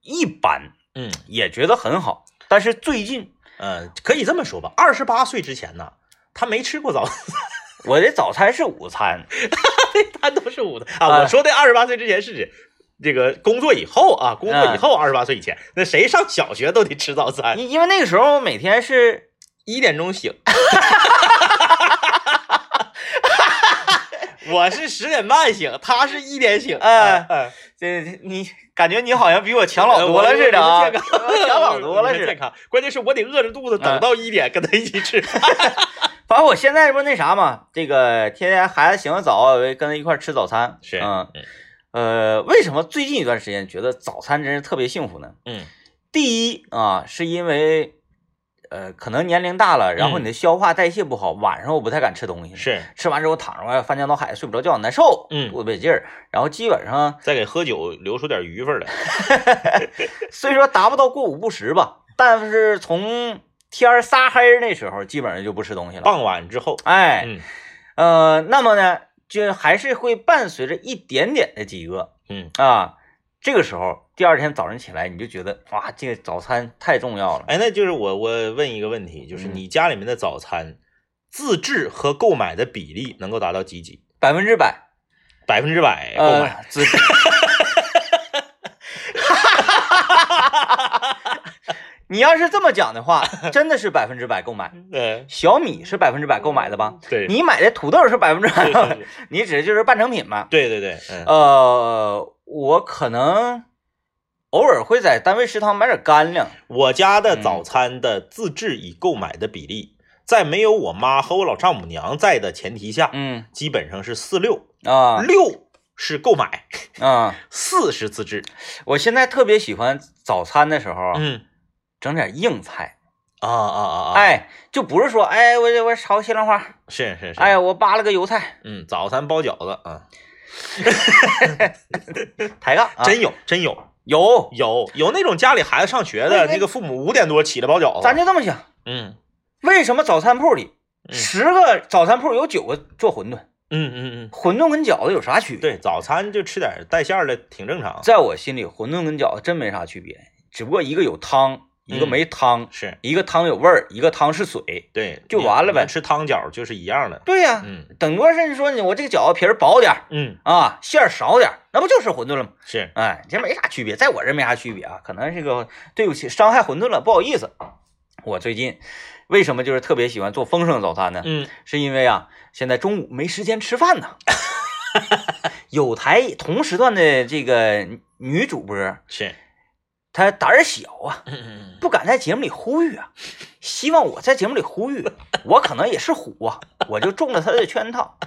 [SPEAKER 1] 一般，
[SPEAKER 2] 嗯
[SPEAKER 1] 也觉得很好，但是最近
[SPEAKER 2] 嗯，可以这么说吧，二十八岁之前呢，他没吃过早餐， *laughs*
[SPEAKER 1] 我的早餐是午餐，
[SPEAKER 2] 他都是五的啊。
[SPEAKER 1] 哎
[SPEAKER 2] 我说的二十八岁之前是指这个工作以后啊，工作以后二十八岁以前，那谁上小学都得吃早餐，
[SPEAKER 1] 因因为那个时候我每天是
[SPEAKER 2] 一点钟醒。 *laughs* 我是十点半醒，他是一点醒，
[SPEAKER 1] 哎
[SPEAKER 2] *laughs* 哎，
[SPEAKER 1] 这这你感觉你好像比我强
[SPEAKER 2] 呃
[SPEAKER 1] 老多
[SPEAKER 2] 我
[SPEAKER 1] 了似的啊，
[SPEAKER 2] 我健康
[SPEAKER 1] 强老多
[SPEAKER 2] *laughs*
[SPEAKER 1] 了
[SPEAKER 2] 我
[SPEAKER 1] 似
[SPEAKER 2] 健
[SPEAKER 1] 的。
[SPEAKER 2] 康。关键是啊我得饿着肚子等到一点跟他一起吃饭。
[SPEAKER 1] 反正我现在不那啥嘛，这个天天孩子醒得早，我就跟他一块儿吃早餐。嗯，呃，为什么最近一段时间觉得早餐真是特别幸福呢？
[SPEAKER 2] 嗯
[SPEAKER 1] 第一啊，是因为呃，可能年龄大了，然后你的消化代谢不好，晚上我不太敢吃东西，
[SPEAKER 2] 嗯是
[SPEAKER 1] 吃完之后躺着翻江倒海，睡不着觉，难受，
[SPEAKER 2] 嗯
[SPEAKER 1] 肚子不得劲儿，然后基本上
[SPEAKER 2] 再给喝酒留出点余份来。
[SPEAKER 1] 虽说达不到过午不食吧，但是从天儿撒黑儿那时候，基本上就不吃东西了。
[SPEAKER 2] 傍晚之后，
[SPEAKER 1] 哎，
[SPEAKER 2] 哦嗯
[SPEAKER 1] 呃，那么呢，就还是会伴随着一点点的饥饿
[SPEAKER 2] 嗯。
[SPEAKER 1] 啊。这个时候，第二天早上起来，你就觉得哇，这个早餐太重要了。
[SPEAKER 2] 哎，那就是我我问一个问题，就是
[SPEAKER 1] 嗯
[SPEAKER 2] 你家里面的早餐自制和购买的比例能够达到几几？
[SPEAKER 1] 百分之百
[SPEAKER 2] 百分之百购买。
[SPEAKER 1] 呃，只 *laughs* 你要是这么讲的话，真的是百分之百购买。
[SPEAKER 2] 嗯，
[SPEAKER 1] 小米是百分之百购买的吧？
[SPEAKER 2] 对，
[SPEAKER 1] 你买的土豆是百分之
[SPEAKER 2] 是是
[SPEAKER 1] 百，
[SPEAKER 2] 是
[SPEAKER 1] 你指的就是半成品嘛？
[SPEAKER 2] 对对对，嗯
[SPEAKER 1] 呃，我可能偶尔会在单位食堂买点干粮。
[SPEAKER 2] 我家的
[SPEAKER 1] 嗯
[SPEAKER 2] 早餐的自制与购买的比例，在没有我妈和我老丈母娘在的前提下，
[SPEAKER 1] 嗯
[SPEAKER 2] 基本上是四六
[SPEAKER 1] 啊
[SPEAKER 2] 六是购买，
[SPEAKER 1] 啊！
[SPEAKER 2] 四是自制。
[SPEAKER 1] 我现在特别喜欢早餐的时候啊
[SPEAKER 2] 嗯
[SPEAKER 1] 整点硬菜，
[SPEAKER 2] 啊啊啊啊！，
[SPEAKER 1] 哎，就不是说哎我我炒个西兰花，
[SPEAKER 2] 是是是，
[SPEAKER 1] 哎，我扒了个油菜，
[SPEAKER 2] 嗯，早餐包饺子啊，
[SPEAKER 1] 抬杠啊，
[SPEAKER 2] 真有真有
[SPEAKER 1] 有，
[SPEAKER 2] 有有那种家里孩子上学的
[SPEAKER 1] 那那
[SPEAKER 2] 那个父母五点多起来包饺子，
[SPEAKER 1] 咱就这么想，
[SPEAKER 2] 嗯
[SPEAKER 1] 为什么早餐铺里
[SPEAKER 2] 嗯
[SPEAKER 1] 十个早餐铺有九个做馄饨，
[SPEAKER 2] 嗯嗯嗯，
[SPEAKER 1] 馄饨跟饺子有啥区别？
[SPEAKER 2] 对，早餐就吃点带馅儿的，挺正常。
[SPEAKER 1] 在我心里，馄饨跟饺子真没啥区别，只不过一个有汤，一个没
[SPEAKER 2] 嗯
[SPEAKER 1] 汤，
[SPEAKER 2] 是
[SPEAKER 1] 一个汤有味儿，一个汤是水。
[SPEAKER 2] 对，
[SPEAKER 1] 就
[SPEAKER 2] 你
[SPEAKER 1] 完了呗
[SPEAKER 2] 你吃汤饺就是一样的。
[SPEAKER 1] 对呀、
[SPEAKER 2] 嗯
[SPEAKER 1] 等多甚至说你我这个饺子皮儿薄点儿
[SPEAKER 2] 嗯，
[SPEAKER 1] 啊，馅儿少点儿，那不就是馄饨了吗？
[SPEAKER 2] 是
[SPEAKER 1] 哎，这没啥区别，在我这没啥区别啊，可能这个对不起，伤害馄饨了，不好意思。啊我最近为什么就是特别喜欢做丰盛的早餐呢？
[SPEAKER 2] 嗯
[SPEAKER 1] 是因为啊，现在中午没时间吃饭
[SPEAKER 2] *laughs*
[SPEAKER 1] 呢。有台同时段的这个女主播，
[SPEAKER 2] 是
[SPEAKER 1] 她胆儿小啊，
[SPEAKER 2] 嗯嗯
[SPEAKER 1] 不敢在节目里呼吁啊。希望我在节目里呼吁，我可能也是虎啊，我就中了她的圈套。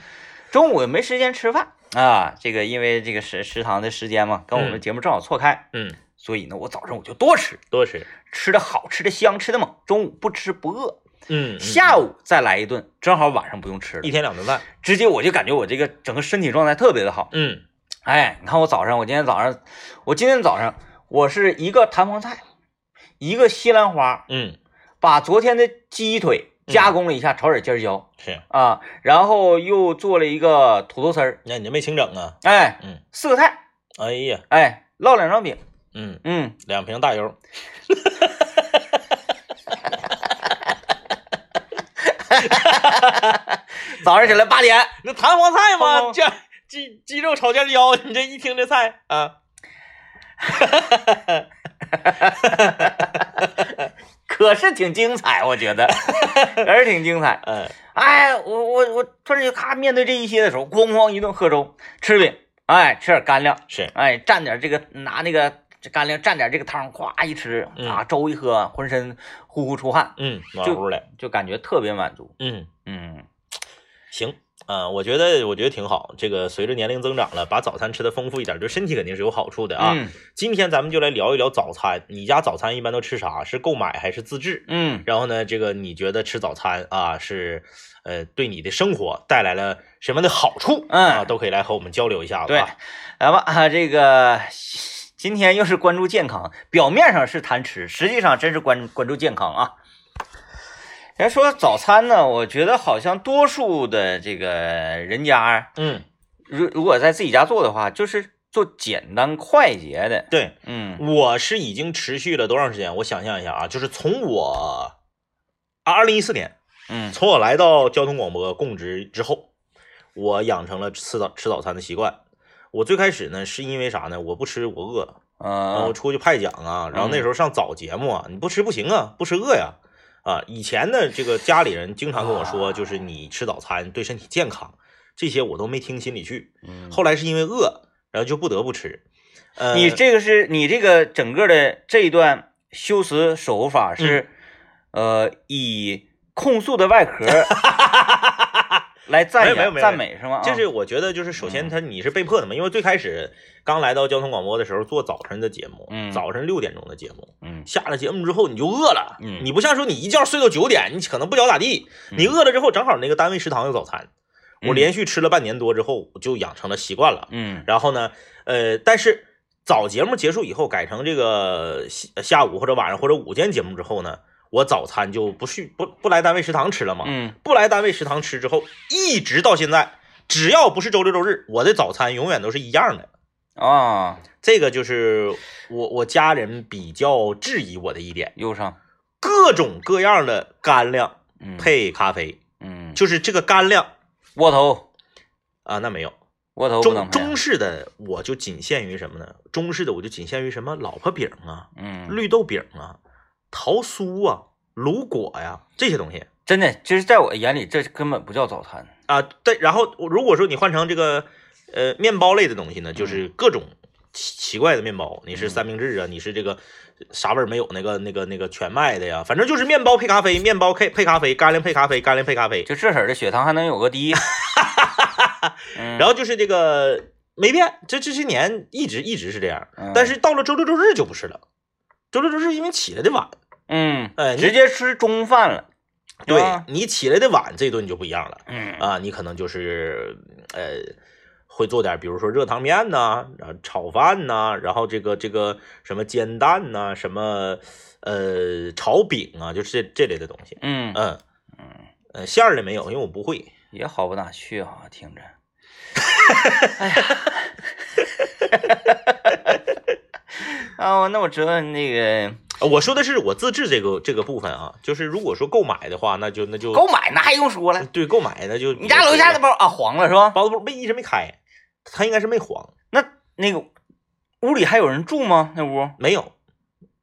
[SPEAKER 1] 中午也没时间吃饭啊，这个因为这个食食堂的时间嘛，跟我们
[SPEAKER 2] 嗯
[SPEAKER 1] 节目正好错开，
[SPEAKER 2] 嗯嗯，
[SPEAKER 1] 所以呢，我早上我就多吃，
[SPEAKER 2] 多吃。
[SPEAKER 1] 吃的好，吃的香，吃的猛。中午不吃不饿，
[SPEAKER 2] 嗯，
[SPEAKER 1] 下午再来一顿，正好晚上不用吃了
[SPEAKER 2] 一。天两顿饭。
[SPEAKER 1] 直接我就感觉我这个整个身体状态特别的好。
[SPEAKER 2] 嗯
[SPEAKER 1] 哎，你看我早上，我今天早上，我今天早上我是一个弹簧菜，一个西兰花，
[SPEAKER 2] 嗯，
[SPEAKER 1] 把昨天的鸡腿加工了一下，炒点尖椒
[SPEAKER 2] 是，
[SPEAKER 1] 啊，然后又做了一个土豆丝儿，
[SPEAKER 2] 那你这没清整啊？
[SPEAKER 1] 哎，
[SPEAKER 2] 嗯，
[SPEAKER 1] 四个菜，
[SPEAKER 2] 哎呀，
[SPEAKER 1] 哎，烙两张饼，
[SPEAKER 2] 嗯，
[SPEAKER 1] 嗯，
[SPEAKER 2] 两瓶大油，
[SPEAKER 1] 早上起来八点，
[SPEAKER 2] 那弹簧菜
[SPEAKER 1] 哐
[SPEAKER 2] 嘛，
[SPEAKER 1] 哐
[SPEAKER 2] 这鸡鸡肉炒尖椒，你这一听这菜啊，
[SPEAKER 1] 可是挺精彩，我
[SPEAKER 2] *laughs*
[SPEAKER 1] 觉得，可是挺精彩。
[SPEAKER 2] 嗯
[SPEAKER 1] 哎，我我我突然就咔面对这一些的时候，咣咣一顿喝粥，吃饼，哎，吃点干粮，
[SPEAKER 2] 是，
[SPEAKER 1] 哎，蘸点这个，拿那个这干粮蘸点这个汤，咵一吃
[SPEAKER 2] 嗯
[SPEAKER 1] 啊，粥一喝，浑身呼呼出汗，
[SPEAKER 2] 嗯，暖乎的，
[SPEAKER 1] 就感觉特别满足。
[SPEAKER 2] 嗯，
[SPEAKER 1] 嗯，
[SPEAKER 2] 行。啊、我觉得我觉得挺好。这个随着年龄增长了，把早餐吃的丰富一点，对身体肯定是有好处的啊。
[SPEAKER 1] 嗯
[SPEAKER 2] 今天咱们就来聊一聊早餐。你家早餐一般都吃啥？是购买还是自制？
[SPEAKER 1] 嗯
[SPEAKER 2] 然后呢，这个你觉得吃早餐啊是，呃，对你的生活带来了什么的好处？
[SPEAKER 1] 嗯
[SPEAKER 2] 啊，都可以来和我们交流一下子
[SPEAKER 1] 对
[SPEAKER 2] 啊。，
[SPEAKER 1] 来吧啊，这个今天又是关注健康，表面上是谈吃，实际上真是关关注健康啊。人家说早餐呢，我觉得好像多数的这个人家，
[SPEAKER 2] 嗯，
[SPEAKER 1] 如如果在自己家做的话，就是做简单快捷的。
[SPEAKER 2] 对，
[SPEAKER 1] 嗯
[SPEAKER 2] 我是已经持续了多长时间？我想象一下啊，就是从我二零一四年，
[SPEAKER 1] 嗯
[SPEAKER 2] 从我来到交通广播供职之后，我养成了吃早吃早餐的习惯。我最开始呢，是因为啥呢？我不吃，我饿。然后
[SPEAKER 1] 呃
[SPEAKER 2] 出去派奖啊，然后那时候上早节目
[SPEAKER 1] 嗯
[SPEAKER 2] 啊，你不吃不行啊，不吃饿呀。啊，以前呢，这个家里人经常跟我
[SPEAKER 1] 啊
[SPEAKER 2] 说，就是你吃早餐对身体健康，这些我都没听心里去。
[SPEAKER 1] 嗯
[SPEAKER 2] 后来是因为饿，然后就不得不吃。呃，
[SPEAKER 1] 你这个是你这个整个的这一段修辞手法
[SPEAKER 2] 嗯
[SPEAKER 1] 是，呃，以控诉的外
[SPEAKER 2] *laughs*
[SPEAKER 1] 壳来赞
[SPEAKER 2] 没有
[SPEAKER 1] 扬
[SPEAKER 2] 没有没有
[SPEAKER 1] 赞美是吗？啊嗯
[SPEAKER 2] 就是我觉得就是首先他你是被迫的嘛，因为最开始刚来到交通广播的时候做早晨的节目，
[SPEAKER 1] 嗯
[SPEAKER 2] 早晨六点钟的节目，
[SPEAKER 1] 嗯
[SPEAKER 2] 下了节目之后你就饿了，
[SPEAKER 1] 嗯
[SPEAKER 2] 你不像说你一觉睡到九点，你可能不脚咋地，你饿了之后正好那个单位食堂有早餐，我
[SPEAKER 1] 嗯
[SPEAKER 2] 连续吃了半年多之后，我就养成了习惯了。
[SPEAKER 1] 嗯
[SPEAKER 2] 然后呢，呃，但是早节目结束以后，改成这个下呃下午或者晚上或者午间节目之后呢，我早餐就不去不不来单位食堂吃了嘛，
[SPEAKER 1] 嗯
[SPEAKER 2] 不来单位食堂吃之后，一直到现在，只要不是周六周日，我的早餐永远都是一样的。
[SPEAKER 1] 啊，
[SPEAKER 2] 这个就是我我家人比较质疑我的一点，
[SPEAKER 1] 忧伤，
[SPEAKER 2] 各种各样的干粮
[SPEAKER 1] 嗯
[SPEAKER 2] 配咖啡，
[SPEAKER 1] 嗯
[SPEAKER 2] 就是这个干粮
[SPEAKER 1] 窝头
[SPEAKER 2] 啊，那没有
[SPEAKER 1] 窝头不能配
[SPEAKER 2] 中
[SPEAKER 1] 啊
[SPEAKER 2] 中式的我就仅限于什么呢？中式的我就仅限于什么老婆饼啊、
[SPEAKER 1] 嗯，
[SPEAKER 2] 绿豆饼啊、桃酥啊、卤果呀、这些东西
[SPEAKER 1] 真的就是在我眼里这根本不叫早餐，
[SPEAKER 2] 啊。对，然后如果说你换成这个呃面包类的东西
[SPEAKER 1] 嗯
[SPEAKER 2] 呢，就是各种。奇奇怪的面包，你是三明治啊，你是这个啥味儿没有？那个、那个、那个全麦的呀，反正就是面包配咖啡，面包配配咖啡，干粮配咖啡，干粮配咖啡。
[SPEAKER 1] 就这色儿的血糖还能有个
[SPEAKER 2] *laughs*
[SPEAKER 1] 低，嗯
[SPEAKER 2] 然后就是这个没变，这这些年一直一直是这样，
[SPEAKER 1] 嗯
[SPEAKER 2] 但是到了周六周日就不是了。周六周日因为起来的晚，
[SPEAKER 1] 嗯，
[SPEAKER 2] 哎，
[SPEAKER 1] 直
[SPEAKER 2] 你
[SPEAKER 1] 接吃中饭了，
[SPEAKER 2] 对
[SPEAKER 1] 啊
[SPEAKER 2] 你起来的晚，这顿就不一样了
[SPEAKER 1] 嗯
[SPEAKER 2] 啊，你可能就是呃会做点，比如说热汤面呐、然后炒饭呐、然后这个这个什么煎蛋呐、什么呃炒饼啊，就是这这类的东西，
[SPEAKER 1] 嗯。
[SPEAKER 2] 嗯呃馅儿的没有，因为我不会，
[SPEAKER 1] 也好不哪去哈、听着。哎哎呀，啊，我那我知道那个
[SPEAKER 2] 呃我说的是我自制这个这个部分啊，就是如果说购买的话，那就那就
[SPEAKER 1] 购买那还用说了，
[SPEAKER 2] 对购买的就
[SPEAKER 1] 你家楼下的包啊黄了是吧？
[SPEAKER 2] 包子铺没一直没开，它应该是没黄，
[SPEAKER 1] 那那个屋里还有人住吗？那屋
[SPEAKER 2] 没有。嗯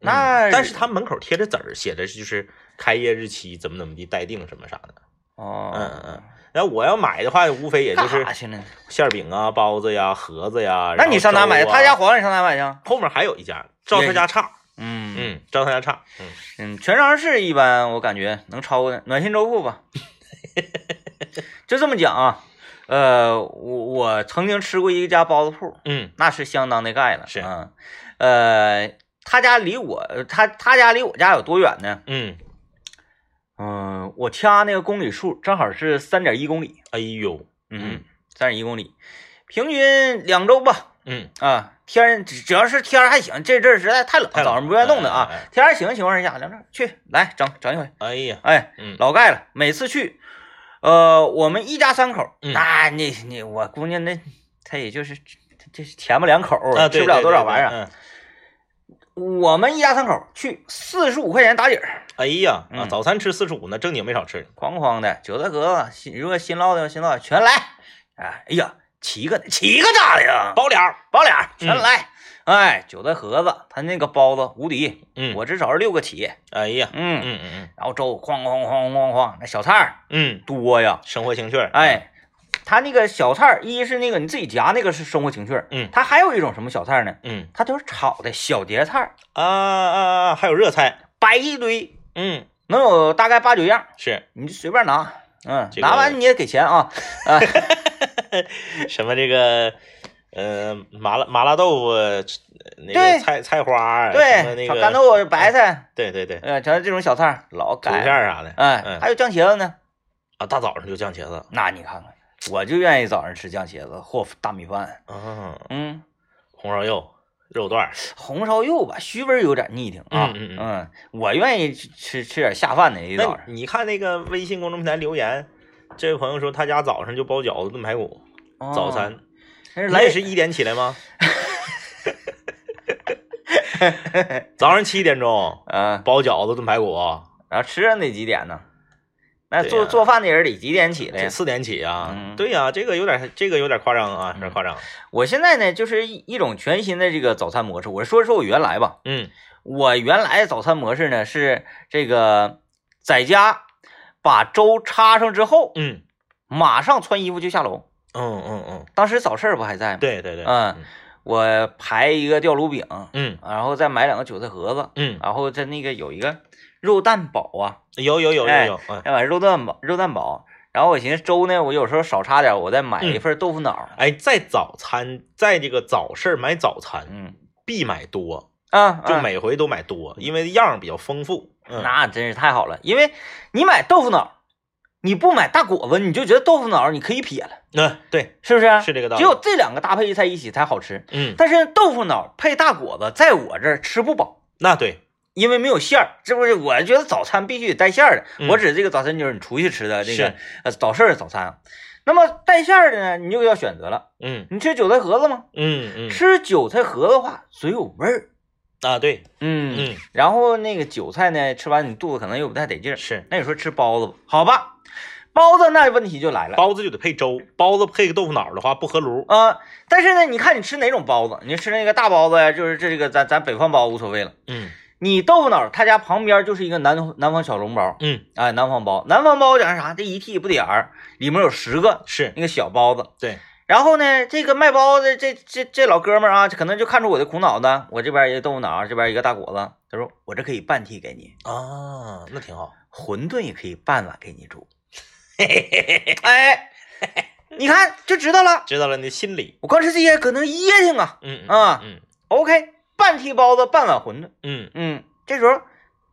[SPEAKER 1] 那
[SPEAKER 2] 但是它门口贴着字儿，写着就是开业日期怎么怎么地待定什么啥的。
[SPEAKER 1] 哦，
[SPEAKER 2] 嗯嗯嗯。然后我要买的话，无非也就
[SPEAKER 1] 干
[SPEAKER 2] 是
[SPEAKER 1] 啥去呢？
[SPEAKER 2] 馅儿饼啊、包子呀、盒子呀。
[SPEAKER 1] 那你上哪买？
[SPEAKER 2] 然后粥啊
[SPEAKER 1] 他家黄了，你上哪买去？啊
[SPEAKER 2] 后面还有一家，照他家差。
[SPEAKER 1] 嗯
[SPEAKER 2] 嗯，照他家差。嗯，
[SPEAKER 1] 嗯，全商市一般我感觉能超过暖心粥铺
[SPEAKER 2] *laughs*
[SPEAKER 1] 吧。就这么讲啊，呃，我我曾经吃过一家包子铺，
[SPEAKER 2] 嗯
[SPEAKER 1] 那是相当的盖了，
[SPEAKER 2] 是
[SPEAKER 1] 嗯，呃，他家离我，呃他他家离我家有多远呢？
[SPEAKER 2] 嗯，
[SPEAKER 1] 嗯、我掐那个公里数正好是三点一公里，
[SPEAKER 2] 哎呦，嗯，
[SPEAKER 1] 三点一公里，平均两周吧，
[SPEAKER 2] 嗯，
[SPEAKER 1] 啊，天儿只只要是天儿还行，这阵儿实在太冷，
[SPEAKER 2] 太冷
[SPEAKER 1] 早上不愿意弄的啊
[SPEAKER 2] 哎哎哎。
[SPEAKER 1] 天儿还行的情况下，梁正去来整整一回，
[SPEAKER 2] 哎呀，
[SPEAKER 1] 哎，
[SPEAKER 2] 嗯，
[SPEAKER 1] 老盖了。每次去，呃，我们一家三口，
[SPEAKER 2] 嗯
[SPEAKER 1] 那你你我姑娘那她也就是这前吧两口，
[SPEAKER 2] 啊，
[SPEAKER 1] 吃
[SPEAKER 2] 对
[SPEAKER 1] 不了多少玩意。
[SPEAKER 2] 对
[SPEAKER 1] 儿。
[SPEAKER 2] 对对嗯
[SPEAKER 1] 我们一家三口去四十五块钱打底儿，
[SPEAKER 2] 哎呀，啊，
[SPEAKER 1] 嗯
[SPEAKER 2] 早餐吃四十五呢，正经没少吃。
[SPEAKER 1] 哐哐的，韭菜格子，新如果新烙的新烙的全来，哎，哎呀，七个七个炸的呀，
[SPEAKER 2] 包了儿，嗯
[SPEAKER 1] 包俩儿全来，哎，韭菜盒子，他那个包子无敌，
[SPEAKER 2] 嗯，
[SPEAKER 1] 我至少是六个起，
[SPEAKER 2] 哎呀，
[SPEAKER 1] 嗯，
[SPEAKER 2] 嗯嗯
[SPEAKER 1] 然后粥哐哐哐哐哐，那小菜儿
[SPEAKER 2] 嗯嗯，
[SPEAKER 1] 多呀，
[SPEAKER 2] 生活情趣儿，
[SPEAKER 1] 哎，他那个小菜儿，一是那个你自己夹那个是生活情趣儿，
[SPEAKER 2] 嗯
[SPEAKER 1] 他还有一种什么小菜儿呢？
[SPEAKER 2] 嗯
[SPEAKER 1] 它就是炒的小碟菜儿，
[SPEAKER 2] 啊啊啊，还有热菜，
[SPEAKER 1] 摆一堆，
[SPEAKER 2] 嗯，
[SPEAKER 1] 能有大概八九样，
[SPEAKER 2] 是
[SPEAKER 1] 你就随便拿，嗯，
[SPEAKER 2] 这个
[SPEAKER 1] 拿完你也给钱
[SPEAKER 2] *laughs*
[SPEAKER 1] 啊，啊，
[SPEAKER 2] 什么这个。呃，麻辣麻辣豆腐，呃那
[SPEAKER 1] 对
[SPEAKER 2] 个菜菜花儿，哎什么
[SPEAKER 1] 对，
[SPEAKER 2] 那
[SPEAKER 1] 炒
[SPEAKER 2] 个
[SPEAKER 1] 干豆腐、白菜，
[SPEAKER 2] 对对对，
[SPEAKER 1] 呃，全是这种小菜儿，老
[SPEAKER 2] 薯片
[SPEAKER 1] 改，
[SPEAKER 2] 儿啥的，
[SPEAKER 1] 哎，
[SPEAKER 2] 嗯
[SPEAKER 1] 还有酱茄子呢，
[SPEAKER 2] 啊，大早上就酱茄子，
[SPEAKER 1] 那你看看，我就愿意早上吃酱茄子或大米饭，
[SPEAKER 2] 嗯，
[SPEAKER 1] 嗯，
[SPEAKER 2] 红烧肉、肉段儿，
[SPEAKER 1] 红烧肉吧，虚味儿有点腻挺啊，
[SPEAKER 2] 嗯嗯嗯
[SPEAKER 1] 我愿意吃吃吃点下饭的一早
[SPEAKER 2] 那
[SPEAKER 1] 上，
[SPEAKER 2] 你看那个微信公众平台留言，这位朋友说他家早上就包饺子炖排骨，
[SPEAKER 1] 哦
[SPEAKER 2] 早餐。
[SPEAKER 1] 但是
[SPEAKER 2] 你
[SPEAKER 1] 来
[SPEAKER 2] 也是一点起
[SPEAKER 1] *laughs*
[SPEAKER 2] 来吗？早上七点钟
[SPEAKER 1] 啊，
[SPEAKER 2] 包饺子炖排骨，
[SPEAKER 1] 然后吃上得几点呢？那
[SPEAKER 2] 对
[SPEAKER 1] 做、
[SPEAKER 2] 呀
[SPEAKER 1] 做饭的人得几点起来呀
[SPEAKER 2] 这？四点起啊？
[SPEAKER 1] 嗯
[SPEAKER 2] 对呀、这个有点这个有点夸张啊，有点夸张。
[SPEAKER 1] 我现在呢，就是一一种全新的这个早餐模式。我说说我原来吧，
[SPEAKER 2] 嗯
[SPEAKER 1] 我原来的早餐模式呢是这个在家把粥插上之后，
[SPEAKER 2] 嗯
[SPEAKER 1] 马上穿衣服就下楼。
[SPEAKER 2] 嗯嗯嗯，
[SPEAKER 1] 当时早市儿不还在吗？，
[SPEAKER 2] 对对对，
[SPEAKER 1] 嗯我排一个吊炉饼，
[SPEAKER 2] 嗯
[SPEAKER 1] 然后再买两个韭菜盒子，
[SPEAKER 2] 嗯，
[SPEAKER 1] 然后在那个有一个肉蛋堡啊，
[SPEAKER 2] 有有有有
[SPEAKER 1] 哎
[SPEAKER 2] 有，嗯
[SPEAKER 1] 那碗肉蛋堡，肉蛋堡。然后我寻思粥呢，我有时候少插点，我再买一
[SPEAKER 2] 嗯
[SPEAKER 1] 份豆腐脑。
[SPEAKER 2] 哎，在早餐，在这个早市买早餐
[SPEAKER 1] 嗯
[SPEAKER 2] 必买多，
[SPEAKER 1] 啊，
[SPEAKER 2] 就
[SPEAKER 1] 啊
[SPEAKER 2] 每回都买多，因为样儿比较丰富。嗯，
[SPEAKER 1] 那真是太好了，因为你买豆腐脑，你不买大果子，你就觉得豆腐脑你可以撇了，
[SPEAKER 2] 那、对，
[SPEAKER 1] 是啊不是？
[SPEAKER 2] 是这个道理
[SPEAKER 1] 只有这两个搭配在一起才好吃。
[SPEAKER 2] 嗯，
[SPEAKER 1] 但是豆腐脑配大果子，在我这儿吃不饱，
[SPEAKER 2] 那对，
[SPEAKER 1] 因为没有馅儿。这不是我觉得早餐必须得带馅儿的。
[SPEAKER 2] 嗯
[SPEAKER 1] 我指这个早餐就是你出去吃的这个
[SPEAKER 2] 是
[SPEAKER 1] 呃早市儿的早餐啊。那么带馅儿的呢，你就要选择了，
[SPEAKER 2] 嗯
[SPEAKER 1] 你吃韭菜盒子吗？
[SPEAKER 2] 嗯嗯，
[SPEAKER 1] 吃韭菜盒的话，嘴有味儿。
[SPEAKER 2] 啊对，
[SPEAKER 1] 嗯，
[SPEAKER 2] 嗯
[SPEAKER 1] 然后那个韭菜呢，吃完你肚子可能又不太得劲儿。
[SPEAKER 2] 是，
[SPEAKER 1] 那你说吃包子吧，好吧，包子那问题就来了。
[SPEAKER 2] 包子就得配粥，包子配个豆腐脑儿的话不合炉。
[SPEAKER 1] 啊、但是呢，你看你吃哪种包子，你吃那个大包子呀，就是这个咱咱北方包无所谓了。
[SPEAKER 2] 嗯
[SPEAKER 1] 你豆腐脑儿他家旁边就是一个南南方小笼包，
[SPEAKER 2] 嗯
[SPEAKER 1] 哎，南方包，南方包讲啥？这一屉不点儿，里面有十个
[SPEAKER 2] 是
[SPEAKER 1] 那个小包子，
[SPEAKER 2] 对，
[SPEAKER 1] 然后呢，这个卖包子这这这老哥们儿啊，可能就看出我的苦恼呢。我这边一个豆腐脑，这边一个大果子。他说我这可以半屉给你，
[SPEAKER 2] 啊，那挺好。
[SPEAKER 1] 馄饨也可以半碗给你煮。哎，你看就知道了。
[SPEAKER 2] 知道了你的心理。
[SPEAKER 1] 我光吃这些可能噎挺啊。
[SPEAKER 2] 嗯
[SPEAKER 1] 啊
[SPEAKER 2] 嗯
[SPEAKER 1] OK，半屉包子，半碗馄饨。
[SPEAKER 2] 嗯，
[SPEAKER 1] 嗯，这时候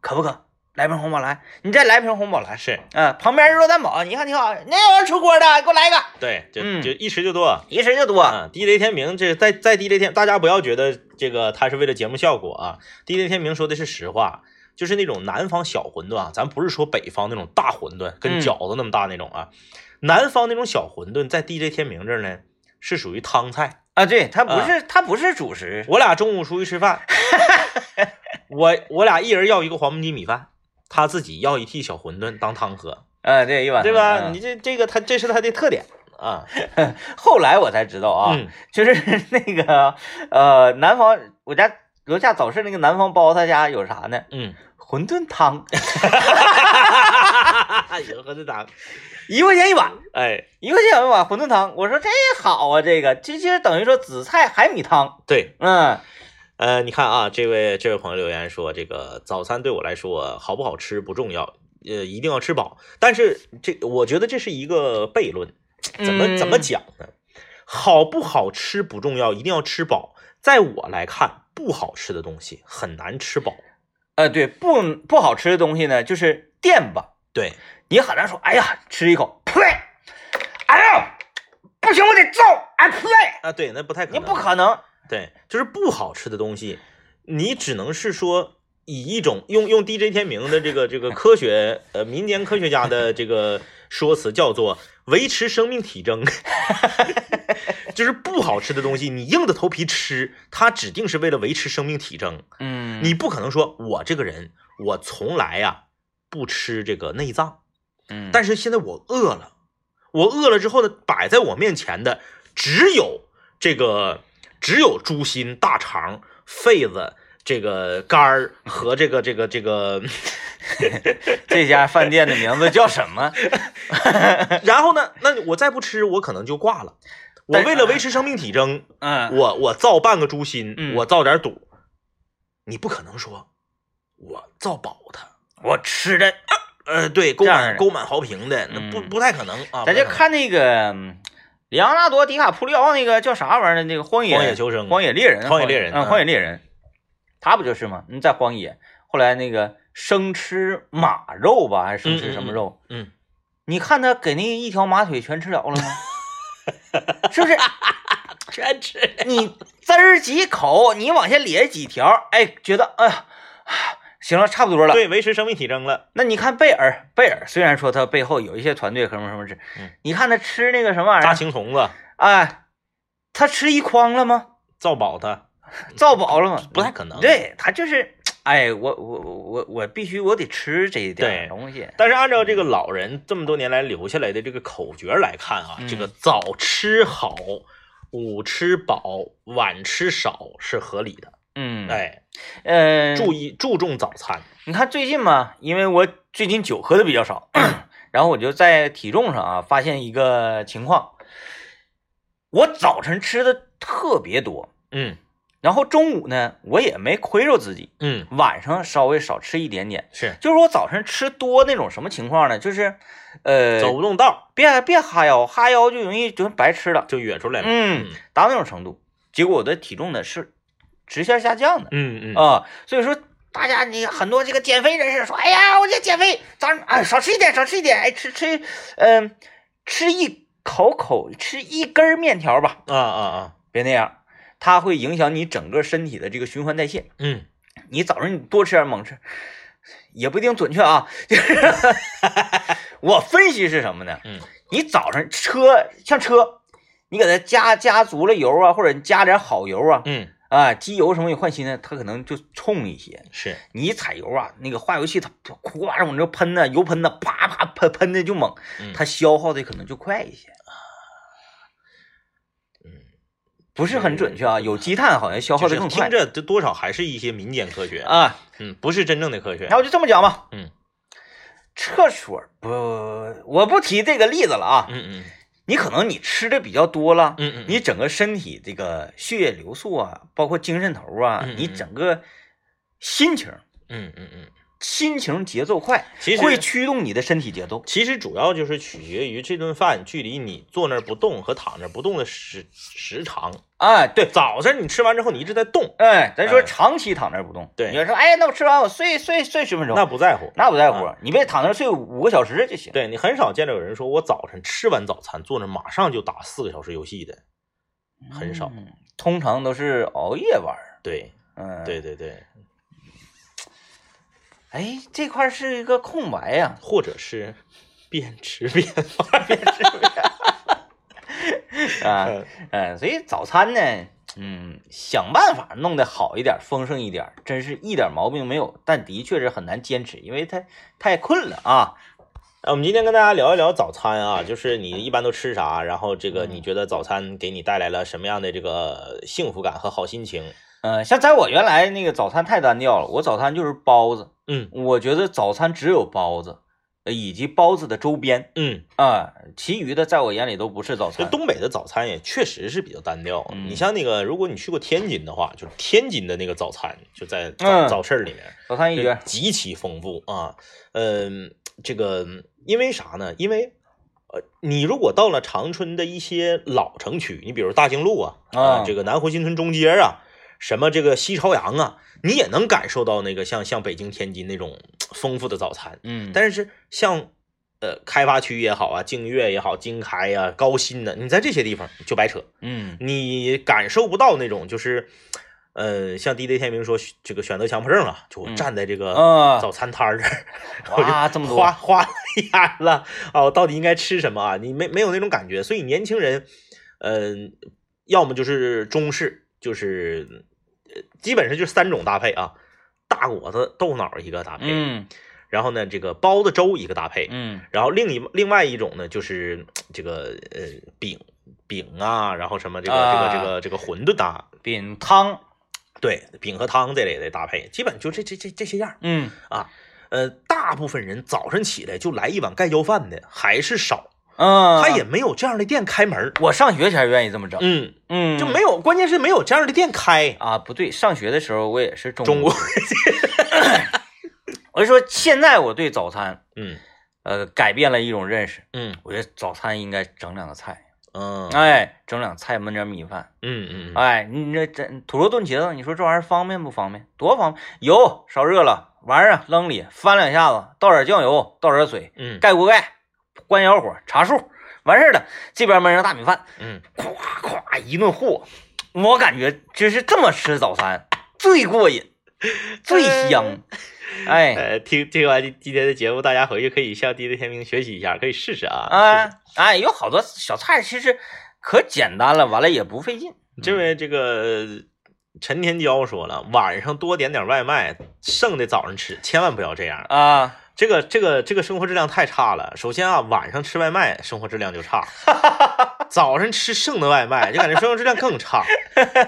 [SPEAKER 1] 渴不渴？来瓶红宝来，你再来瓶红宝来。
[SPEAKER 2] 啊是
[SPEAKER 1] 嗯、旁边是肉蛋堡，你看挺好。那要是出锅的，给我来一个，
[SPEAKER 2] 对，就
[SPEAKER 1] 嗯
[SPEAKER 2] 就一吃就多。
[SPEAKER 1] 一吃就多。
[SPEAKER 2] 啊，地雷天明这在在地雷天，大家不要觉得这个他是为了节目效果啊。地雷天明说的是实话，就是那种南方小馄饨啊，咱不是说北方那种大馄饨
[SPEAKER 1] 嗯
[SPEAKER 2] 跟饺子那么大那种啊，南方那种小馄饨在地雷天明这儿呢是属于汤菜。
[SPEAKER 1] 啊，对，它不
[SPEAKER 2] 嗯
[SPEAKER 1] 是、它不是主食。
[SPEAKER 2] 我俩中午出去吃 *laughs* 饭，我我俩一人要一个黄焖鸡米饭，他自己要一屉小馄饨当汤喝，
[SPEAKER 1] 啊，对，一碗
[SPEAKER 2] *laughs* 对
[SPEAKER 1] 嗯
[SPEAKER 2] 吧？你这这个他这是他的特点啊
[SPEAKER 1] 后来我才知道啊，
[SPEAKER 2] 嗯
[SPEAKER 1] 就是那个呃，南方我家楼下早市那个南方包他家有啥呢？
[SPEAKER 2] 嗯， *laughs*
[SPEAKER 1] 馄饨汤，
[SPEAKER 2] 有喝这汤，
[SPEAKER 1] 一块钱一碗，
[SPEAKER 2] 哎，
[SPEAKER 1] 一块钱一碗馄饨汤。我说这好啊，这个这其实等于说紫菜海米汤，
[SPEAKER 2] 对。
[SPEAKER 1] 嗯
[SPEAKER 2] 呃，你看啊，这位这位朋友留言说，这个早餐对我来说好不好吃不重要，呃，一定要吃饱。但是这我觉得这是一个悖论，怎么怎么
[SPEAKER 1] 嗯
[SPEAKER 2] 讲呢？好不好吃不重要，一定要吃饱。在我来看，不好吃的东西很难吃饱。
[SPEAKER 1] 呃，对，不不好吃的东西呢，就是垫吧，
[SPEAKER 2] 对，
[SPEAKER 1] 你很难说，哎呀，吃一口，呸，哎呀，不行，我得 I draw, I play，
[SPEAKER 2] 啊，对，那不太可
[SPEAKER 1] 你
[SPEAKER 2] 能，
[SPEAKER 1] 不可能。
[SPEAKER 2] 对，就是不好吃的东西，你只能是说以一种用用 DJ 天明的这个这个科学呃民间科学家的这个说辞叫做维持生命体征， *laughs* 就是不好吃的东西，你硬着头皮吃，它指定是为了维持生命体征，
[SPEAKER 1] 嗯，
[SPEAKER 2] 你不可能说我这个人我从来呀、不吃这个内脏，
[SPEAKER 1] 嗯，
[SPEAKER 2] 但是现在我饿了，我饿了之后呢，摆在我面前的只有这个，只有猪心、大肠、肺子、这个肝儿和这个这个这 *laughs* 个，
[SPEAKER 1] 这家饭店的名字叫什
[SPEAKER 2] *laughs*
[SPEAKER 1] 么？
[SPEAKER 2] 然后呢，那我再不吃，我可能就挂了。我
[SPEAKER 1] 但是
[SPEAKER 2] 为了维持生命体征，
[SPEAKER 1] 嗯，
[SPEAKER 2] 我我造半个猪心
[SPEAKER 1] 嗯，
[SPEAKER 2] 我造点肚，你不可能说我造饱它。
[SPEAKER 1] 我吃的，
[SPEAKER 2] 呃，对，勾
[SPEAKER 1] 这样
[SPEAKER 2] 满
[SPEAKER 1] 的
[SPEAKER 2] 勾满豪平的，那不
[SPEAKER 1] 嗯
[SPEAKER 2] 不太可能
[SPEAKER 1] 咱
[SPEAKER 2] 啊。不太
[SPEAKER 1] 就
[SPEAKER 2] 可能
[SPEAKER 1] 看那个嗯里昂纳多·迪卡普里奥那个叫啥玩意儿的那个《荒野
[SPEAKER 2] 荒野求生
[SPEAKER 1] 荒野猎人》《
[SPEAKER 2] 荒野猎人
[SPEAKER 1] 嗯，《
[SPEAKER 2] 嗯
[SPEAKER 1] 荒野猎人》，他不就是吗？嗯，在荒野，后来那个生吃马肉吧，还是生吃什么肉？
[SPEAKER 2] *laughs* 嗯，
[SPEAKER 1] 你看他给那一条马腿全吃着了吗？ *laughs* 是不是？
[SPEAKER 2] 全吃。
[SPEAKER 1] 你滋儿几口，你往下咧几条，哎，觉得哎呀， *sighs* 行了，差不多了。
[SPEAKER 2] 对，维持生命体征了。
[SPEAKER 1] 那你看贝尔，贝尔虽然说他背后有一些团队和什么什么吃，
[SPEAKER 2] 嗯
[SPEAKER 1] 你看他吃那个什么玩意
[SPEAKER 2] 扎
[SPEAKER 1] 儿，
[SPEAKER 2] 青虫子，
[SPEAKER 1] 哎，他吃一筐了吗？
[SPEAKER 2] 造饱它，
[SPEAKER 1] 造饱了吗？
[SPEAKER 2] 不太可能。，
[SPEAKER 1] 对他就是，哎，我我我我我必须我得吃这一点
[SPEAKER 2] 对
[SPEAKER 1] 东西，
[SPEAKER 2] 但是按照这个老人这么多年来留下来的这个口诀来看啊，
[SPEAKER 1] 嗯
[SPEAKER 2] 这个早吃好，午吃饱，晚吃少是合理的。
[SPEAKER 1] 嗯，，
[SPEAKER 2] 哎，
[SPEAKER 1] 呃，
[SPEAKER 2] 注意注重早餐。
[SPEAKER 1] 你看最近嘛，因为我最近酒喝的比较少， *clears throat* 然后我就在体重上啊发现一个情况，我早晨吃的特别多，
[SPEAKER 2] 嗯
[SPEAKER 1] 然后中午呢我也没亏着自己，
[SPEAKER 2] 嗯，
[SPEAKER 1] 晚上稍微少吃一点点。
[SPEAKER 2] 是
[SPEAKER 1] 就是我早晨吃多那种什么情况呢？就是，呃，
[SPEAKER 2] 走不动道
[SPEAKER 1] 别别哈腰，哈腰就容易就白吃了，
[SPEAKER 2] 就哕出来了。
[SPEAKER 1] 嗯，达到那种程度。结果我的体重呢是直线下降的，
[SPEAKER 2] 嗯嗯嗯，
[SPEAKER 1] 啊，所以说大家你很多这个减肥人士说，哎呀，我这减肥，早上哎少吃一点，少吃一点，哎吃吃，嗯、吃一口口吃一根儿面条吧，
[SPEAKER 2] 啊啊啊，
[SPEAKER 1] 别那样，它会影响你整个身体的这个循环代谢。
[SPEAKER 2] 嗯，
[SPEAKER 1] 你早上你多吃点猛吃，也不一定准确啊。就是 *laughs* 我分析是什么呢？
[SPEAKER 2] 嗯，
[SPEAKER 1] 你早上车像车，你给它加加足了油啊，或者你加点好油啊，
[SPEAKER 2] 嗯
[SPEAKER 1] 啊，机油什么你换新的，它可能就冲一些。
[SPEAKER 2] 是，
[SPEAKER 1] 你一踩油啊，那个化油器它苦哇往这喷呢，油喷呢，啪啪喷喷的就猛，
[SPEAKER 2] 嗯啊
[SPEAKER 1] 它消耗的可能就快一些。
[SPEAKER 2] 嗯，
[SPEAKER 1] 不是很准确啊，有积碳好像消耗
[SPEAKER 2] 就
[SPEAKER 1] 的
[SPEAKER 2] 是
[SPEAKER 1] 更
[SPEAKER 2] 听
[SPEAKER 1] 快
[SPEAKER 2] 着这多少还是一些民间科学，
[SPEAKER 1] 啊。
[SPEAKER 2] 嗯，不是真正的科学
[SPEAKER 1] 那。我就这么讲吧，
[SPEAKER 2] 嗯，
[SPEAKER 1] 厕所不，我不提这个例子了啊。
[SPEAKER 2] 嗯嗯
[SPEAKER 1] 你可能你吃的比较多了，
[SPEAKER 2] 嗯嗯，
[SPEAKER 1] 你整个身体这个血液流速啊，包括精神头啊，
[SPEAKER 2] 嗯嗯
[SPEAKER 1] 你整个心情、
[SPEAKER 2] 嗯嗯嗯。
[SPEAKER 1] 心情节奏快，
[SPEAKER 2] 其实
[SPEAKER 1] 会驱动你的身体节奏。
[SPEAKER 2] 其实主要就是取决于这顿饭距离你坐那儿不动和躺那儿不动的时时长。
[SPEAKER 1] 哎，对，
[SPEAKER 2] 早上你吃完之后，你一直在动，
[SPEAKER 1] 哎，咱说
[SPEAKER 2] 哎
[SPEAKER 1] 长期躺那儿不动，
[SPEAKER 2] 对
[SPEAKER 1] 你要说，哎，那我吃完我睡睡睡十分钟，
[SPEAKER 2] 那不在乎。
[SPEAKER 1] 那不在乎，你别躺那儿睡五个小时就行。
[SPEAKER 2] 对你很少见着有人说我早晨吃完早餐坐那儿马上就打四个小时游戏的，很少。
[SPEAKER 1] 嗯通常都是熬夜玩儿。
[SPEAKER 2] 对
[SPEAKER 1] 嗯，
[SPEAKER 2] 对，对对，
[SPEAKER 1] 哎，这块儿是一个空白
[SPEAKER 2] *laughs*
[SPEAKER 1] 呀、 *laughs*
[SPEAKER 2] 或者是边吃边玩儿。
[SPEAKER 1] 啊，嗯，所以早餐呢，嗯，想办法弄得好一点，丰盛一点，真是一点毛病没有，但的确是很难坚持，因为太太困了啊。
[SPEAKER 2] 啊，我们今天跟大家聊一聊早餐啊，就是你一般都吃啥，然后这个
[SPEAKER 1] 嗯
[SPEAKER 2] 你觉得早餐给你带来了什么样的这个幸福感和好心情？
[SPEAKER 1] 嗯，像在我原来那个早餐太单调了，我早餐就是包子，
[SPEAKER 2] 嗯
[SPEAKER 1] 我觉得早餐只有包子，呃以及包子的周边
[SPEAKER 2] 嗯。
[SPEAKER 1] 啊，其余的在我眼里都不是早
[SPEAKER 2] 这
[SPEAKER 1] 餐。
[SPEAKER 2] 东北的早餐也确实是比较单调。
[SPEAKER 1] 嗯
[SPEAKER 2] 你像那个，如果你去过天津的话，就是天津的那个早餐就在早、
[SPEAKER 1] 嗯
[SPEAKER 2] 早市儿里面，
[SPEAKER 1] 早餐一绝，
[SPEAKER 2] 极其丰富啊。嗯，这个因为啥呢？因为呃，你如果到了长春的一些老城区，你比如大兴路啊，
[SPEAKER 1] 啊
[SPEAKER 2] 这个南湖新村中街啊，什么这个西朝阳啊，你也能感受到那个像像北京、天津那种丰富的早餐。
[SPEAKER 1] 嗯，
[SPEAKER 2] 但是像呃开发区也好啊，净月也好，经开呀、高新呢，你在这些地方就白扯，
[SPEAKER 1] 嗯
[SPEAKER 2] 你感受不到那种就是，呃，像 DJ 天明说这个选择强迫症啊，就我
[SPEAKER 1] 嗯
[SPEAKER 2] 站在这个
[SPEAKER 1] 啊，
[SPEAKER 2] 早餐摊儿这儿， *laughs* 我就
[SPEAKER 1] 哇，这么
[SPEAKER 2] 花
[SPEAKER 1] 多，
[SPEAKER 2] 花了眼了啊！我到底应该吃什么啊？你没没有那种感觉，所以年轻人，嗯、要么就是中式，就是呃基本上就是三种搭配啊，大果子豆脑儿一个搭配，
[SPEAKER 1] 嗯
[SPEAKER 2] 然后呢这个包子粥一个搭配，
[SPEAKER 1] 嗯
[SPEAKER 2] 然后另一另外一种呢就是这个呃饼饼啊，然后什么这个这个这个这个馄饨搭，
[SPEAKER 1] 饼汤，
[SPEAKER 2] 对，饼和汤这类的搭配，基本就这这这这些样儿。
[SPEAKER 1] 嗯
[SPEAKER 2] 呃，大部分人早上起来就来一碗盖浇饭的还是少，
[SPEAKER 1] 嗯，
[SPEAKER 2] 他也没有这样的店开门儿。
[SPEAKER 1] 我上学前愿意这么整，
[SPEAKER 2] 嗯，
[SPEAKER 1] 嗯，
[SPEAKER 2] 就没有，关键是没有这样的店开。
[SPEAKER 1] 啊，不对，上学的时候我也是中
[SPEAKER 2] 中午，
[SPEAKER 1] *coughs* 我就说现在我对早餐
[SPEAKER 2] 嗯
[SPEAKER 1] 呃改变了一种认识，
[SPEAKER 2] 嗯
[SPEAKER 1] 我觉得早餐应该整两个菜，
[SPEAKER 2] 嗯
[SPEAKER 1] 哎，整两菜焖点米饭，
[SPEAKER 2] 嗯嗯嗯
[SPEAKER 1] 哎，你这这土豆炖茄子，你说这玩意儿方便不方便？多方便！油烧热了，完事儿啊扔里翻两下子，倒点酱油，倒点水，
[SPEAKER 2] 嗯
[SPEAKER 1] 盖锅盖，关小火，茶树，完事儿了。这边焖上大米饭，
[SPEAKER 2] 嗯
[SPEAKER 1] 咵咵一顿和，我感觉就是这么吃早餐最过瘾，最
[SPEAKER 2] 嗯
[SPEAKER 1] 香。哎
[SPEAKER 2] 呃，听听完今天的节目，大家回去可以向 DJ 天明学习一下，可以试试啊。
[SPEAKER 1] 哎哎，有好多小菜其实可简单了，完了也不费劲。
[SPEAKER 2] 这位这个陈天骄说了，晚上多点点外卖，剩的早上吃，千万不要这样。
[SPEAKER 1] 啊，
[SPEAKER 2] 这个这个这个生活质量太差了。首先啊，晚上吃外卖生活质量就差，早上吃剩的外卖就感觉生活质量更差。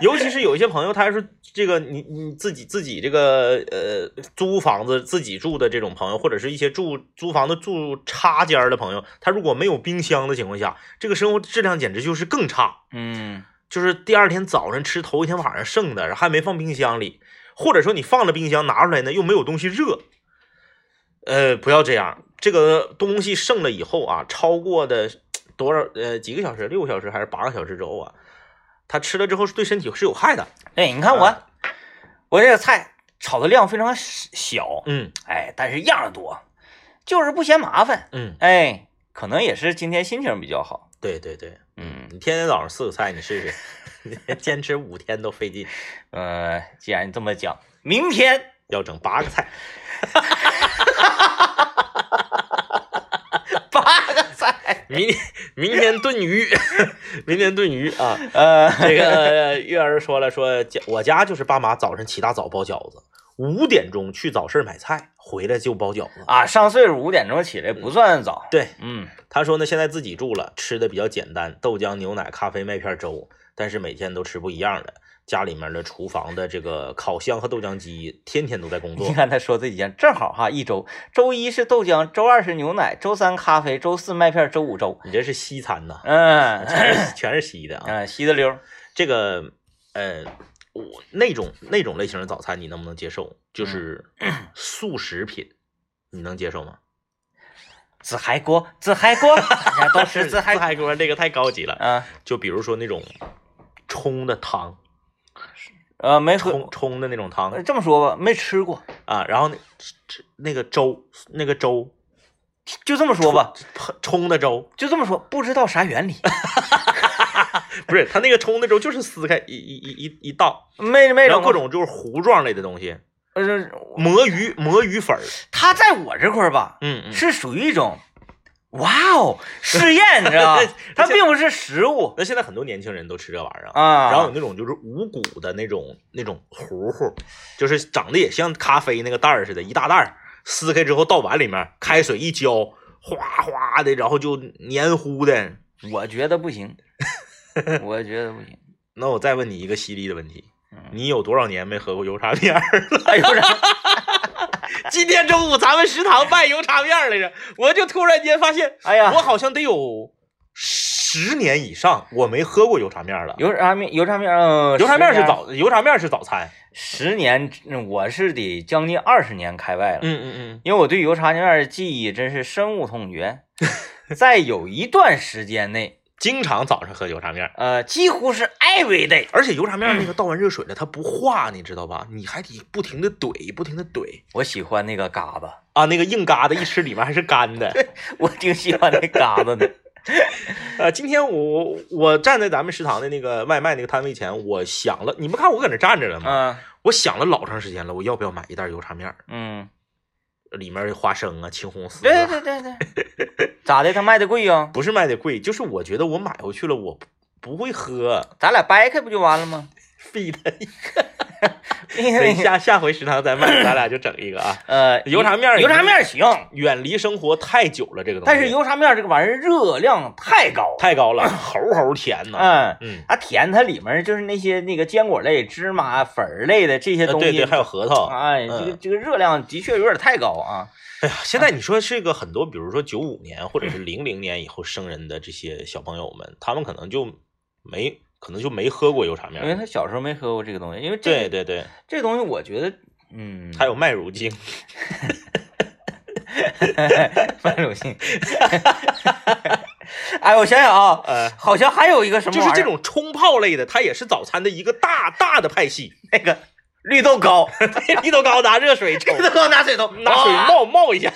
[SPEAKER 2] 尤其是有一些朋友，他说这个你你自己自己这个呃租房子自己住的这种朋友，或者是一些住租房子住插间儿的朋友，他如果没有冰箱的情况下，这个生活质量简直就是更差。
[SPEAKER 1] 嗯
[SPEAKER 2] 就是第二天早上吃头一天晚上剩的，然后还没放冰箱里，或者说你放了冰箱拿出来呢又没有东西热，呃，不要这样。这个东西剩了以后啊，超过的多少呃几个小时，六个小时还是八个小时之后啊，它吃了之后是对身体是有害的。
[SPEAKER 1] 对，哎你看我、
[SPEAKER 2] 啊
[SPEAKER 1] 我这个菜炒的量非常小，
[SPEAKER 2] 嗯
[SPEAKER 1] 哎，但是样儿多，就是不嫌麻烦。
[SPEAKER 2] 嗯，
[SPEAKER 1] 哎，可能也是今天心情比较好。
[SPEAKER 2] 对对对，
[SPEAKER 1] 嗯，
[SPEAKER 2] 你天天早上四个菜，你试试，坚持五天都费劲，
[SPEAKER 1] 呃，既然你这么讲，明天
[SPEAKER 2] 要整八个菜。
[SPEAKER 1] 八个菜，
[SPEAKER 2] 明明天炖鱼， *laughs* 明天炖鱼啊。
[SPEAKER 1] 呃， *laughs*
[SPEAKER 2] 这个月儿说了说，家我家就是爸妈早晨起大早包饺子，五点钟去早市买菜，回来就包饺子。
[SPEAKER 1] 啊，上岁数五点钟起来不算早。
[SPEAKER 2] 对，
[SPEAKER 1] 嗯，
[SPEAKER 2] 他说呢，现在自己住了，吃的比较简单，豆浆、牛奶、咖啡、麦片、粥，但是每天都吃不一样的。家里面的厨房的这个烤箱和豆浆机天天都在工
[SPEAKER 1] 你
[SPEAKER 2] 作。
[SPEAKER 1] 看他说这几件，正好哈，一周，周一是豆浆，周二是牛奶，周三咖啡，周四麦片，周五粥。
[SPEAKER 2] 你这是西餐呐、
[SPEAKER 1] 嗯，
[SPEAKER 2] 全是全是西的啊。
[SPEAKER 1] 嗯，稀的溜儿。
[SPEAKER 2] 这个呃，我那种那种类型的早餐你能不能接受？就是
[SPEAKER 1] 嗯
[SPEAKER 2] 速食品，你能接受吗？
[SPEAKER 1] 紫海锅，紫海
[SPEAKER 2] *laughs*
[SPEAKER 1] 锅，
[SPEAKER 2] 哎
[SPEAKER 1] 大家都吃 *laughs* 紫海
[SPEAKER 2] 自嗨锅这个太高级了。
[SPEAKER 1] 啊，
[SPEAKER 2] 就比如说那种冲的汤，
[SPEAKER 1] 呃，没喝，
[SPEAKER 2] 冲冲的那种汤
[SPEAKER 1] 呃这么说吧，没吃过，
[SPEAKER 2] 啊，然后那吃那个粥，那个粥
[SPEAKER 1] 就这么说吧，
[SPEAKER 2] 泡冲的粥，
[SPEAKER 1] 就这么说，不知道啥原理，
[SPEAKER 2] 不是它那个冲的粥就是撕开一一一一一道，
[SPEAKER 1] 没没
[SPEAKER 2] 然
[SPEAKER 1] 整
[SPEAKER 2] 后
[SPEAKER 1] 过，
[SPEAKER 2] 各种就是糊状类的东西，
[SPEAKER 1] 呃，
[SPEAKER 2] 魔芋魔芋粉儿，
[SPEAKER 1] 他在我这块儿吧，
[SPEAKER 2] 嗯嗯，？
[SPEAKER 1] 是属于一种，哇哦，试验，你知道吧
[SPEAKER 2] *laughs*
[SPEAKER 1] 它并不是食物
[SPEAKER 2] 那现在很多年轻人都吃这玩意儿。
[SPEAKER 1] 啊，
[SPEAKER 2] 然后有那种就是无骨的那种那种糊糊，就是长得也像咖啡那个袋儿似的，一大袋儿，撕开之后倒碗里面，开水一浇，哗哗的，然后就黏糊的，
[SPEAKER 1] 我觉得不
[SPEAKER 2] *laughs*
[SPEAKER 1] 行，我觉得不行， *laughs*
[SPEAKER 2] 那我再问你一个犀利的问题
[SPEAKER 1] 嗯，
[SPEAKER 2] 你有多少年没喝过油茶面儿了？ *laughs*
[SPEAKER 1] 哎呦，
[SPEAKER 2] 今天中午咱们食堂卖油茶面儿来着，我就突然间发现，
[SPEAKER 1] 哎呀
[SPEAKER 2] 我，好像得有十年以上我没喝过油茶面儿了。
[SPEAKER 1] 油炸面，油炸面，嗯，
[SPEAKER 2] 油茶面儿是
[SPEAKER 1] 十年
[SPEAKER 2] 早，油茶面儿是早餐。
[SPEAKER 1] 十年，嗯我是得将近二十年开外了。
[SPEAKER 2] 嗯嗯嗯，
[SPEAKER 1] 因为我对
[SPEAKER 2] *laughs*
[SPEAKER 1] 油茶牛面的记忆真是深恶痛绝。在有一段时间内，
[SPEAKER 2] 经常早上喝油炸面儿，
[SPEAKER 1] 呃，几乎是 every day。
[SPEAKER 2] 而且油炸面儿
[SPEAKER 1] 嗯
[SPEAKER 2] 那个倒完热水了，它不化，你知道吧？你还得不停的怼，不停的怼
[SPEAKER 1] 我喜欢那个嘎巴，
[SPEAKER 2] 啊，那个硬疙瘩一吃里面还是干
[SPEAKER 1] *laughs*
[SPEAKER 2] 的。
[SPEAKER 1] 我挺喜欢那嘎巴 *laughs* 的。
[SPEAKER 2] 呃，今天我我站在咱们食堂的那个外卖那个摊位前，我想了，你不看我搁那站着了吗？
[SPEAKER 1] 嗯
[SPEAKER 2] 我想了老长时间了，我要不要买一袋油炸面儿？
[SPEAKER 1] 嗯，
[SPEAKER 2] 里面花生啊、青红丝、
[SPEAKER 1] 对
[SPEAKER 2] 啊，
[SPEAKER 1] 对对对，咋的？他卖的贵啊呀、
[SPEAKER 2] 不是卖的贵，就是我觉得我买回去了，我不不会喝， *laughs*
[SPEAKER 1] 咱俩掰开不就完了吗？ *laughs*
[SPEAKER 2] 废了。
[SPEAKER 1] 因
[SPEAKER 2] 等
[SPEAKER 1] 为
[SPEAKER 2] 下下回食堂再卖，咱俩就整一个啊。
[SPEAKER 1] 呃，
[SPEAKER 2] 油炸面儿
[SPEAKER 1] 油炸面儿行，
[SPEAKER 2] 远离生活太久了，这个东西，
[SPEAKER 1] 但是油炸面儿这个玩意儿热量太高，
[SPEAKER 2] 太高了，齁齁甜呐。
[SPEAKER 1] 嗯，
[SPEAKER 2] 嗯，
[SPEAKER 1] 它甜，它里面儿就是那些那个坚果类、芝麻啊粉儿类的这些
[SPEAKER 2] 呃
[SPEAKER 1] 东
[SPEAKER 2] 对
[SPEAKER 1] 西
[SPEAKER 2] 对，，还有核桃。
[SPEAKER 1] 哎，这个
[SPEAKER 2] 嗯
[SPEAKER 1] 这个热量的确有点太高啊。
[SPEAKER 2] 哎呀，现在你说这个很多，比如说九五年或者是零零年以后生人的这些小朋友们，他们可能就没可能就没喝过油炸面
[SPEAKER 1] 因为他
[SPEAKER 2] 儿。
[SPEAKER 1] 小时候没喝过这个东西，因为
[SPEAKER 2] 对
[SPEAKER 1] 哎这
[SPEAKER 2] 对对，
[SPEAKER 1] 这东西我觉得，嗯，
[SPEAKER 2] 还有麦乳精，
[SPEAKER 1] *laughs* 范荣幸。哎，我想想啊，
[SPEAKER 2] 呃，
[SPEAKER 1] 好像还有一个什么
[SPEAKER 2] 就是
[SPEAKER 1] 玩意儿
[SPEAKER 2] 这种冲泡类的，它也是早餐的一个大大的派
[SPEAKER 1] *laughs*
[SPEAKER 2] 系。
[SPEAKER 1] 那个绿豆
[SPEAKER 2] *laughs*
[SPEAKER 1] 糕，
[SPEAKER 2] 绿豆糕拿热水冲
[SPEAKER 1] *laughs*
[SPEAKER 2] 啊
[SPEAKER 1] 绿，豆糕拿水头
[SPEAKER 2] 拿水冒冒 *laughs* 一下，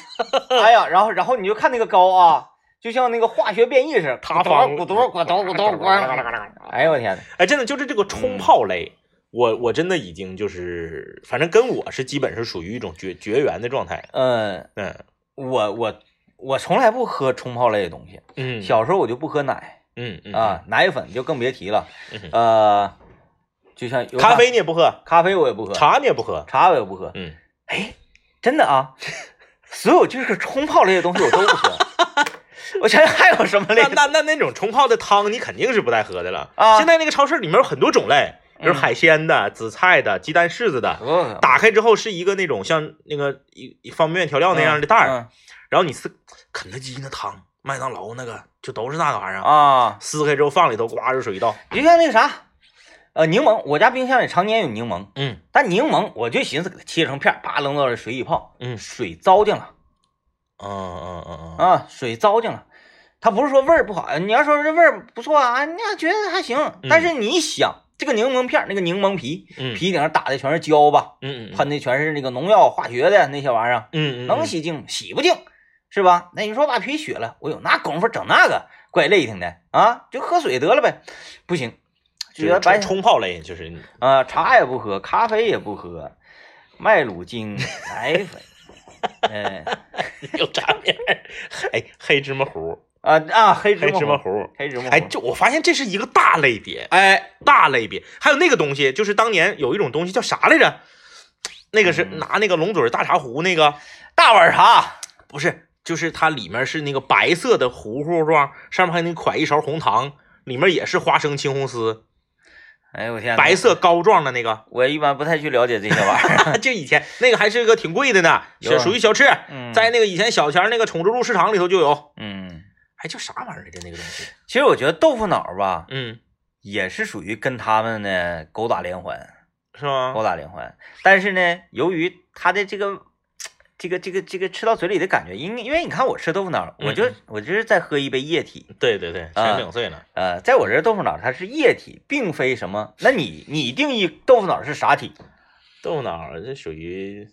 [SPEAKER 1] 哎呀，然后然后你就看那个糕啊，就像那个化学变异似的，
[SPEAKER 2] 塌方
[SPEAKER 1] 咕嘟咕
[SPEAKER 2] *laughs*
[SPEAKER 1] 嘟咕嘟咕嘟。哎呦我天哪！
[SPEAKER 2] 哎，真的就是这个
[SPEAKER 1] 嗯
[SPEAKER 2] 冲泡类，我我真的已经就是，反正跟我是基本是属于一种绝绝缘的状态。
[SPEAKER 1] 嗯，
[SPEAKER 2] 嗯
[SPEAKER 1] 我我我从来不喝冲泡类的东西，
[SPEAKER 2] 嗯
[SPEAKER 1] 小时候我就不喝奶
[SPEAKER 2] 嗯嗯
[SPEAKER 1] 啊，奶粉就更别提了
[SPEAKER 2] 嗯。
[SPEAKER 1] 呃，就像有
[SPEAKER 2] 咖啡你也不喝，
[SPEAKER 1] 咖啡我也不喝，
[SPEAKER 2] 茶你也不喝，
[SPEAKER 1] 茶我也不喝。
[SPEAKER 2] 嗯，
[SPEAKER 1] 哎，真的
[SPEAKER 2] *laughs*
[SPEAKER 1] 啊，所有就是冲泡类的东西我都不喝。我想想还有什么类
[SPEAKER 2] 那 *laughs*
[SPEAKER 1] 的？
[SPEAKER 2] 那那那种冲泡的汤你肯定是不带喝的了。
[SPEAKER 1] 啊嗯
[SPEAKER 2] 现在那个超市里面有很多种类，有海鲜的、紫菜的、鸡蛋柿子的。打开之后是一个那种像那个一一方便面调料那样的袋儿，
[SPEAKER 1] 嗯
[SPEAKER 2] 然后你撕肯德基那汤、麦当劳那个就都是那个玩意儿，
[SPEAKER 1] 啊，
[SPEAKER 2] 撕开之后放里头，呱热水一倒，
[SPEAKER 1] 你就像那个啥，呃，柠檬，我家冰箱里常年有柠檬，
[SPEAKER 2] 嗯
[SPEAKER 1] 但柠檬我就寻思给它切成片儿，啪扔到水里泡，
[SPEAKER 2] 嗯
[SPEAKER 1] 水糟践了
[SPEAKER 2] 嗯嗯嗯嗯，
[SPEAKER 1] 啊，水糟践了。它不是说味儿不好，呃你要说这味儿不错啊，你要觉得还行。但是你一想，这个柠檬片儿，那个柠檬皮，
[SPEAKER 2] 嗯
[SPEAKER 1] 皮顶上打的全是胶吧，
[SPEAKER 2] 嗯嗯
[SPEAKER 1] 喷的全是那个农药、化学的那些玩意儿，啊
[SPEAKER 2] 嗯嗯
[SPEAKER 1] 能洗净吗洗不净，是吧？那你说把皮削了，我有那功夫整那个，怪累挺的啊，就喝水得了呗。不行，就
[SPEAKER 2] 就
[SPEAKER 1] 觉得
[SPEAKER 2] 是
[SPEAKER 1] 白
[SPEAKER 2] 冲冲泡类，就是
[SPEAKER 1] *laughs*
[SPEAKER 2] 你
[SPEAKER 1] 啊、茶也不喝，咖啡也不喝，麦乳
[SPEAKER 2] *laughs*
[SPEAKER 1] 精、奶粉，嗯、
[SPEAKER 2] 有炸面儿，哎，黑芝麻糊，
[SPEAKER 1] 啊啊，黑芝
[SPEAKER 2] 黑
[SPEAKER 1] 麻
[SPEAKER 2] 芝麻
[SPEAKER 1] 糊，
[SPEAKER 2] 糊，
[SPEAKER 1] 黑芝麻糊，
[SPEAKER 2] 哎，这我发现这是一个大类别，
[SPEAKER 1] 哎，
[SPEAKER 2] 大类别，还有那个东西，就是当年有一种东西叫啥来着？那个是
[SPEAKER 1] 嗯
[SPEAKER 2] 拿那个龙嘴儿大茶壶那个，
[SPEAKER 1] 大碗茶，
[SPEAKER 2] 不是，就是它里面是那个白色的糊糊状，上面还能㧟一勺红糖，里面也是花生、青红丝，
[SPEAKER 1] 哎呦我天，
[SPEAKER 2] 白，色膏状的那个。
[SPEAKER 1] 我一般不太去了解这些玩意
[SPEAKER 2] *laughs*
[SPEAKER 1] 儿，
[SPEAKER 2] 就以前那个还是个挺贵的呢，
[SPEAKER 1] 有啊
[SPEAKER 2] 是属于小吃，
[SPEAKER 1] 嗯
[SPEAKER 2] 在那个以前小前那个崇州路市场里头就有，
[SPEAKER 1] 嗯，
[SPEAKER 2] 还叫啥玩意儿来啊 *laughs* 着那个东西？
[SPEAKER 1] 其实我觉得豆腐脑吧，
[SPEAKER 2] 嗯，
[SPEAKER 1] 也是属于跟他们呢勾搭连环。
[SPEAKER 2] 是吗？
[SPEAKER 1] 高打连环。但是呢，由于它的这个这个这个这个吃到嘴里的感觉，因为因为你看我吃豆腐脑，我就
[SPEAKER 2] 嗯
[SPEAKER 1] 我就是在喝一杯液体。
[SPEAKER 2] 对对对，三十岁呢，
[SPEAKER 1] 呃，在我这儿豆腐脑它是液体，并非什么。那你你定义豆腐脑是啥体？
[SPEAKER 2] 豆腐脑儿这属于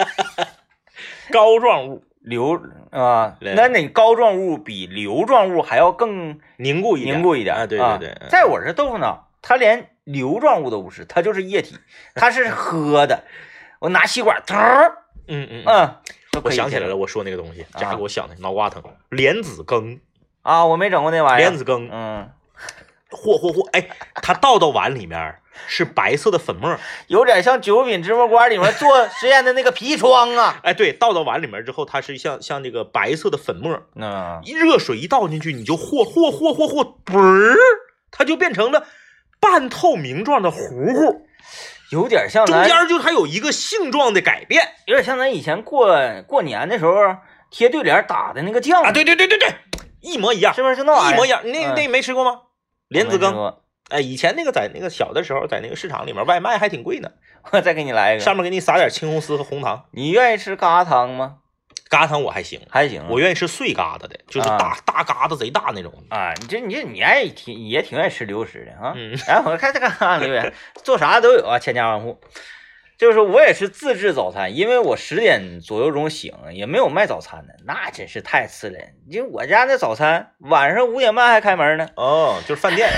[SPEAKER 2] *laughs* 膏状物，
[SPEAKER 1] 流啊、
[SPEAKER 2] 对
[SPEAKER 1] 那你膏状物比流状物还要更
[SPEAKER 2] 凝固一点，
[SPEAKER 1] 凝固一点
[SPEAKER 2] 啊，对对对，
[SPEAKER 1] 啊
[SPEAKER 2] 嗯
[SPEAKER 1] 在我这豆腐脑，它连流状物都不是，它就是液体，它是喝的。我拿吸管，头儿，
[SPEAKER 2] 嗯嗯嗯，
[SPEAKER 1] 嗯，都
[SPEAKER 2] 我
[SPEAKER 1] 可以
[SPEAKER 2] 想起
[SPEAKER 1] 进
[SPEAKER 2] 来了，我说那个东西，
[SPEAKER 1] 啊
[SPEAKER 2] 这下给我想的脑瓜疼，莲子羹，
[SPEAKER 1] 啊，我没整过那玩意儿。
[SPEAKER 2] 莲子羹，
[SPEAKER 1] 嗯，
[SPEAKER 2] 嚯嚯嚯，哎，它倒到碗里面儿是白色的粉末儿，
[SPEAKER 1] 有点像九品芝麻官里面做实验的那个砒霜 *laughs* 啊。
[SPEAKER 2] 哎，对，倒到碗里面之后，它是像像那个白色的粉末儿，
[SPEAKER 1] 嗯，
[SPEAKER 2] 一热水一倒进去，你就和和和和和，嘣儿，它就变成了半透明状的糊糊，
[SPEAKER 1] 有点像
[SPEAKER 2] 中
[SPEAKER 1] 咱，
[SPEAKER 2] 间就它有一个性状的改变
[SPEAKER 1] 有点像咱以前过过年的时候贴对联打的那个酱，
[SPEAKER 2] 啊！对对对对对，一模一样，
[SPEAKER 1] 是不是就那玩意儿？
[SPEAKER 2] 一模一样。那
[SPEAKER 1] 嗯
[SPEAKER 2] 那哎没吃过吗？莲子羹，
[SPEAKER 1] 我
[SPEAKER 2] 哎，以前那个在那个小的时候，在那个市场里面外卖还挺贵呢，
[SPEAKER 1] 我再给你来一个。
[SPEAKER 2] 上面给你撒点青红丝和红糖。
[SPEAKER 1] 你愿意吃疙瘩汤吗？
[SPEAKER 2] 疙瘩我还行，
[SPEAKER 1] 还行啊。
[SPEAKER 2] 我愿意吃碎疙瘩的，就是
[SPEAKER 1] 啊
[SPEAKER 2] 大、大疙瘩贼大那种。
[SPEAKER 1] 啊，你这你这你爱挺也挺爱吃流食的啊。
[SPEAKER 2] 嗯
[SPEAKER 1] *laughs* 然后我看这个留言，做啥都有啊，千家万户。就是说我也是自制早餐，因为我十点左右钟醒，也没有卖早餐的，那真是太次了。你就我家那早餐，晚上五点半还开门呢。
[SPEAKER 2] 哦，就是饭店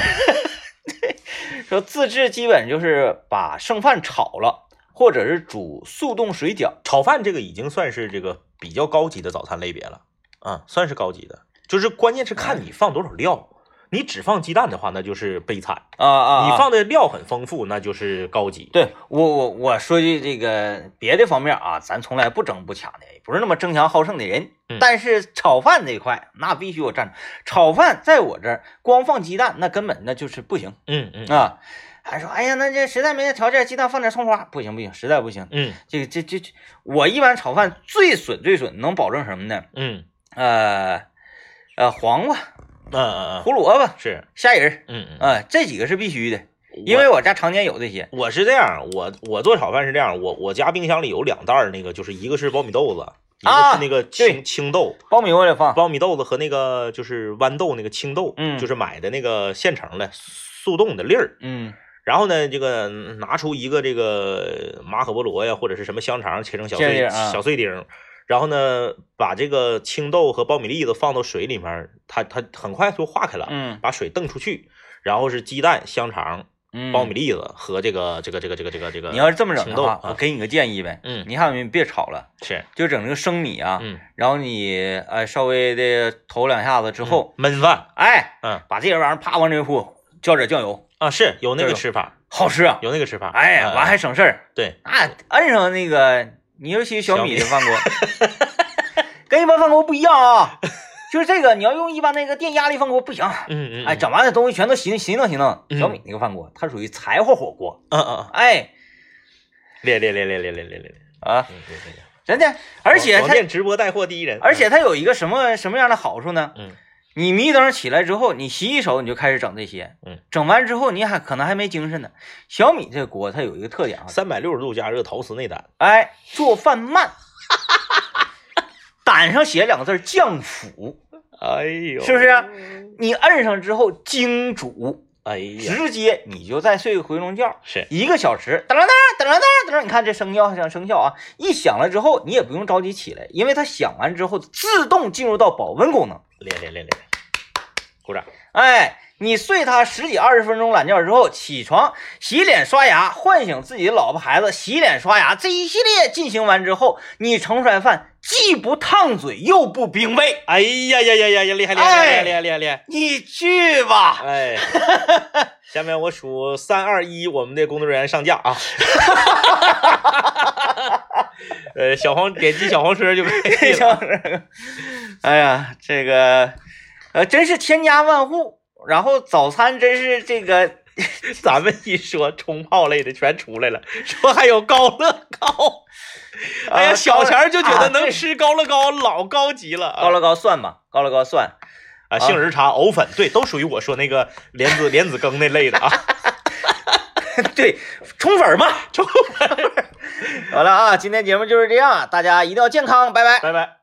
[SPEAKER 1] 说自制基本就是把剩饭炒了，或者是煮速冻水饺。
[SPEAKER 2] 炒饭这个已经算是这个比较高级的早餐类别了，啊，算是高级的。就是关键是看你放多少料，你只放鸡蛋的话，那就是悲惨；
[SPEAKER 1] 啊啊！
[SPEAKER 2] 你
[SPEAKER 1] 啊
[SPEAKER 2] 放的料很丰富，那就是高级。
[SPEAKER 1] 对我我我说句这个别的方面啊，咱从来不争不抢的，也不是那么争强好胜的人。
[SPEAKER 2] 嗯
[SPEAKER 1] 但是炒饭这一块，那必须我站住。炒饭在我这儿光放鸡蛋，那根本那就是不行
[SPEAKER 2] 嗯嗯
[SPEAKER 1] 啊。还说，哎呀，那这实在没那条件，鸡蛋放点葱花，不行不行，实在不行。
[SPEAKER 2] 嗯
[SPEAKER 1] 这个这这这，我一般炒饭最损最损，能保证什么呢？
[SPEAKER 2] 嗯
[SPEAKER 1] 呃呃，黄瓜、
[SPEAKER 2] 嗯嗯嗯，
[SPEAKER 1] 胡萝卜、
[SPEAKER 2] 是，
[SPEAKER 1] 虾仁儿
[SPEAKER 2] 嗯嗯。
[SPEAKER 1] 啊、这几个是必须的，因为我家常年有这些。
[SPEAKER 2] 我是这样，我我做炒饭是这样，我我家冰箱里有两袋儿那个，就是一个是苞米豆子，一个
[SPEAKER 1] 啊
[SPEAKER 2] 是那个青、
[SPEAKER 1] 对
[SPEAKER 2] 青豆，
[SPEAKER 1] 苞米我也放，
[SPEAKER 2] 苞米豆子和那个就是豌豆那个青豆，
[SPEAKER 1] 嗯
[SPEAKER 2] 就是买的那个现成的速冻的粒儿。
[SPEAKER 1] 嗯。
[SPEAKER 2] 然后呢，这个拿出一个这个马可波罗呀，或者是什么香肠，切成小
[SPEAKER 1] 这
[SPEAKER 2] 碎、
[SPEAKER 1] 样啊
[SPEAKER 2] 小碎丁儿。然后呢，把这个青豆和苞米粒子放到水里面儿，它它很快就化开了，
[SPEAKER 1] 嗯
[SPEAKER 2] 把水瞪出去。然后是鸡蛋、香肠、
[SPEAKER 1] 嗯，
[SPEAKER 2] 苞米粒子和这个这个这个这个这个这个。
[SPEAKER 1] 你要是这么整
[SPEAKER 2] 青
[SPEAKER 1] 的
[SPEAKER 2] 豆
[SPEAKER 1] 话，
[SPEAKER 2] 啊
[SPEAKER 1] 我给你个建议呗。
[SPEAKER 2] 嗯
[SPEAKER 1] 你啊看你别炒了，
[SPEAKER 2] 是
[SPEAKER 1] 就整这个生米啊，
[SPEAKER 2] 嗯
[SPEAKER 1] 然后你呃稍微的投两下子之后，
[SPEAKER 2] 焖饭，
[SPEAKER 1] 哎，
[SPEAKER 2] 嗯
[SPEAKER 1] 把这些玩意儿啪往这一铺，浇点酱油，
[SPEAKER 2] 啊是有那
[SPEAKER 1] 这
[SPEAKER 2] 个
[SPEAKER 1] 种
[SPEAKER 2] 吃法，
[SPEAKER 1] 好吃啊！
[SPEAKER 2] 有那个吃法。
[SPEAKER 1] 哎，
[SPEAKER 2] 嗯
[SPEAKER 1] 完还省事儿，
[SPEAKER 2] 对，
[SPEAKER 1] 啊，摁上那个，你尤其小
[SPEAKER 2] 小
[SPEAKER 1] 米
[SPEAKER 2] 米
[SPEAKER 1] 的饭锅，
[SPEAKER 2] *laughs*
[SPEAKER 1] 跟一般饭锅不一样啊，就是这个你要用一般那个电压力饭锅不行，
[SPEAKER 2] 嗯嗯，
[SPEAKER 1] 哎，整完的东西全都行行弄行弄。
[SPEAKER 2] 嗯
[SPEAKER 1] 小米那个饭锅，它属于柴火火锅，
[SPEAKER 2] 嗯嗯嗯，
[SPEAKER 1] 哎
[SPEAKER 2] 练练练练练练练练练，
[SPEAKER 1] 啊，
[SPEAKER 2] 嗯对对对，
[SPEAKER 1] 真的，而且
[SPEAKER 2] 广
[SPEAKER 1] 它
[SPEAKER 2] 广电直播带货第一人，
[SPEAKER 1] 而且它有一个什么什么样的好处呢？
[SPEAKER 2] 嗯
[SPEAKER 1] 你迷瞪起来之后，你洗洗手你就开始整这些，
[SPEAKER 2] 嗯，
[SPEAKER 1] 整完之后你还可能还没精神呢。小米这锅它有一个特点啊，
[SPEAKER 2] 三百六十度加热，陶瓷内胆，
[SPEAKER 1] 哎，做饭慢，
[SPEAKER 2] *laughs*
[SPEAKER 1] 胆上写两个字儿酱腐，
[SPEAKER 2] 哎呦
[SPEAKER 1] 是不是？啊你摁上之后精煮，
[SPEAKER 2] 哎呀，
[SPEAKER 1] 直接你就再睡个回笼觉。
[SPEAKER 2] 是，
[SPEAKER 1] 一个小时，噔噔噔噔噔噔噔，你看这声效响声效啊！一响了之后，你也不用着急起来，因为它响完之后自动进入到保温功能。
[SPEAKER 2] 练练练练，鼓掌，
[SPEAKER 1] 哎，你睡他十几二十分钟懒觉之后，起床洗脸刷牙，唤醒自己的老婆孩子，洗脸刷牙这一系列进行完之后，你盛出来饭既不烫嘴又不冰味，
[SPEAKER 2] 哎呀呀呀呀呀，厉害厉害
[SPEAKER 1] 哎
[SPEAKER 2] 厉害厉害厉害，
[SPEAKER 1] 你去吧。 *laughs*
[SPEAKER 2] 哎，下面我数三二一，我们的工作人员上架
[SPEAKER 1] *laughs*
[SPEAKER 2] 啊。呃，小黄点击小黄车就可以
[SPEAKER 1] *laughs*
[SPEAKER 2] 了。
[SPEAKER 1] 哎呀，这个呃，真是千家万户，然后早餐真是这个
[SPEAKER 2] 咱们一说冲泡类的全出来了，说还有高乐高，哎呀，
[SPEAKER 1] 呃
[SPEAKER 2] 小钱儿就觉
[SPEAKER 1] 啊
[SPEAKER 2] 得
[SPEAKER 1] 这
[SPEAKER 2] 能吃高乐高老高级了啊，
[SPEAKER 1] 高乐高算吧，高乐高算。
[SPEAKER 2] 啊，杏仁茶、藕粉，对，都属于我说那个莲子莲子羹那类的啊。
[SPEAKER 1] *laughs* 对，冲粉儿 *laughs*
[SPEAKER 2] 啊
[SPEAKER 1] 嘛，冲粉儿。好了啊，今天节目就是这样，大家一定要健康，拜拜。
[SPEAKER 2] 拜拜。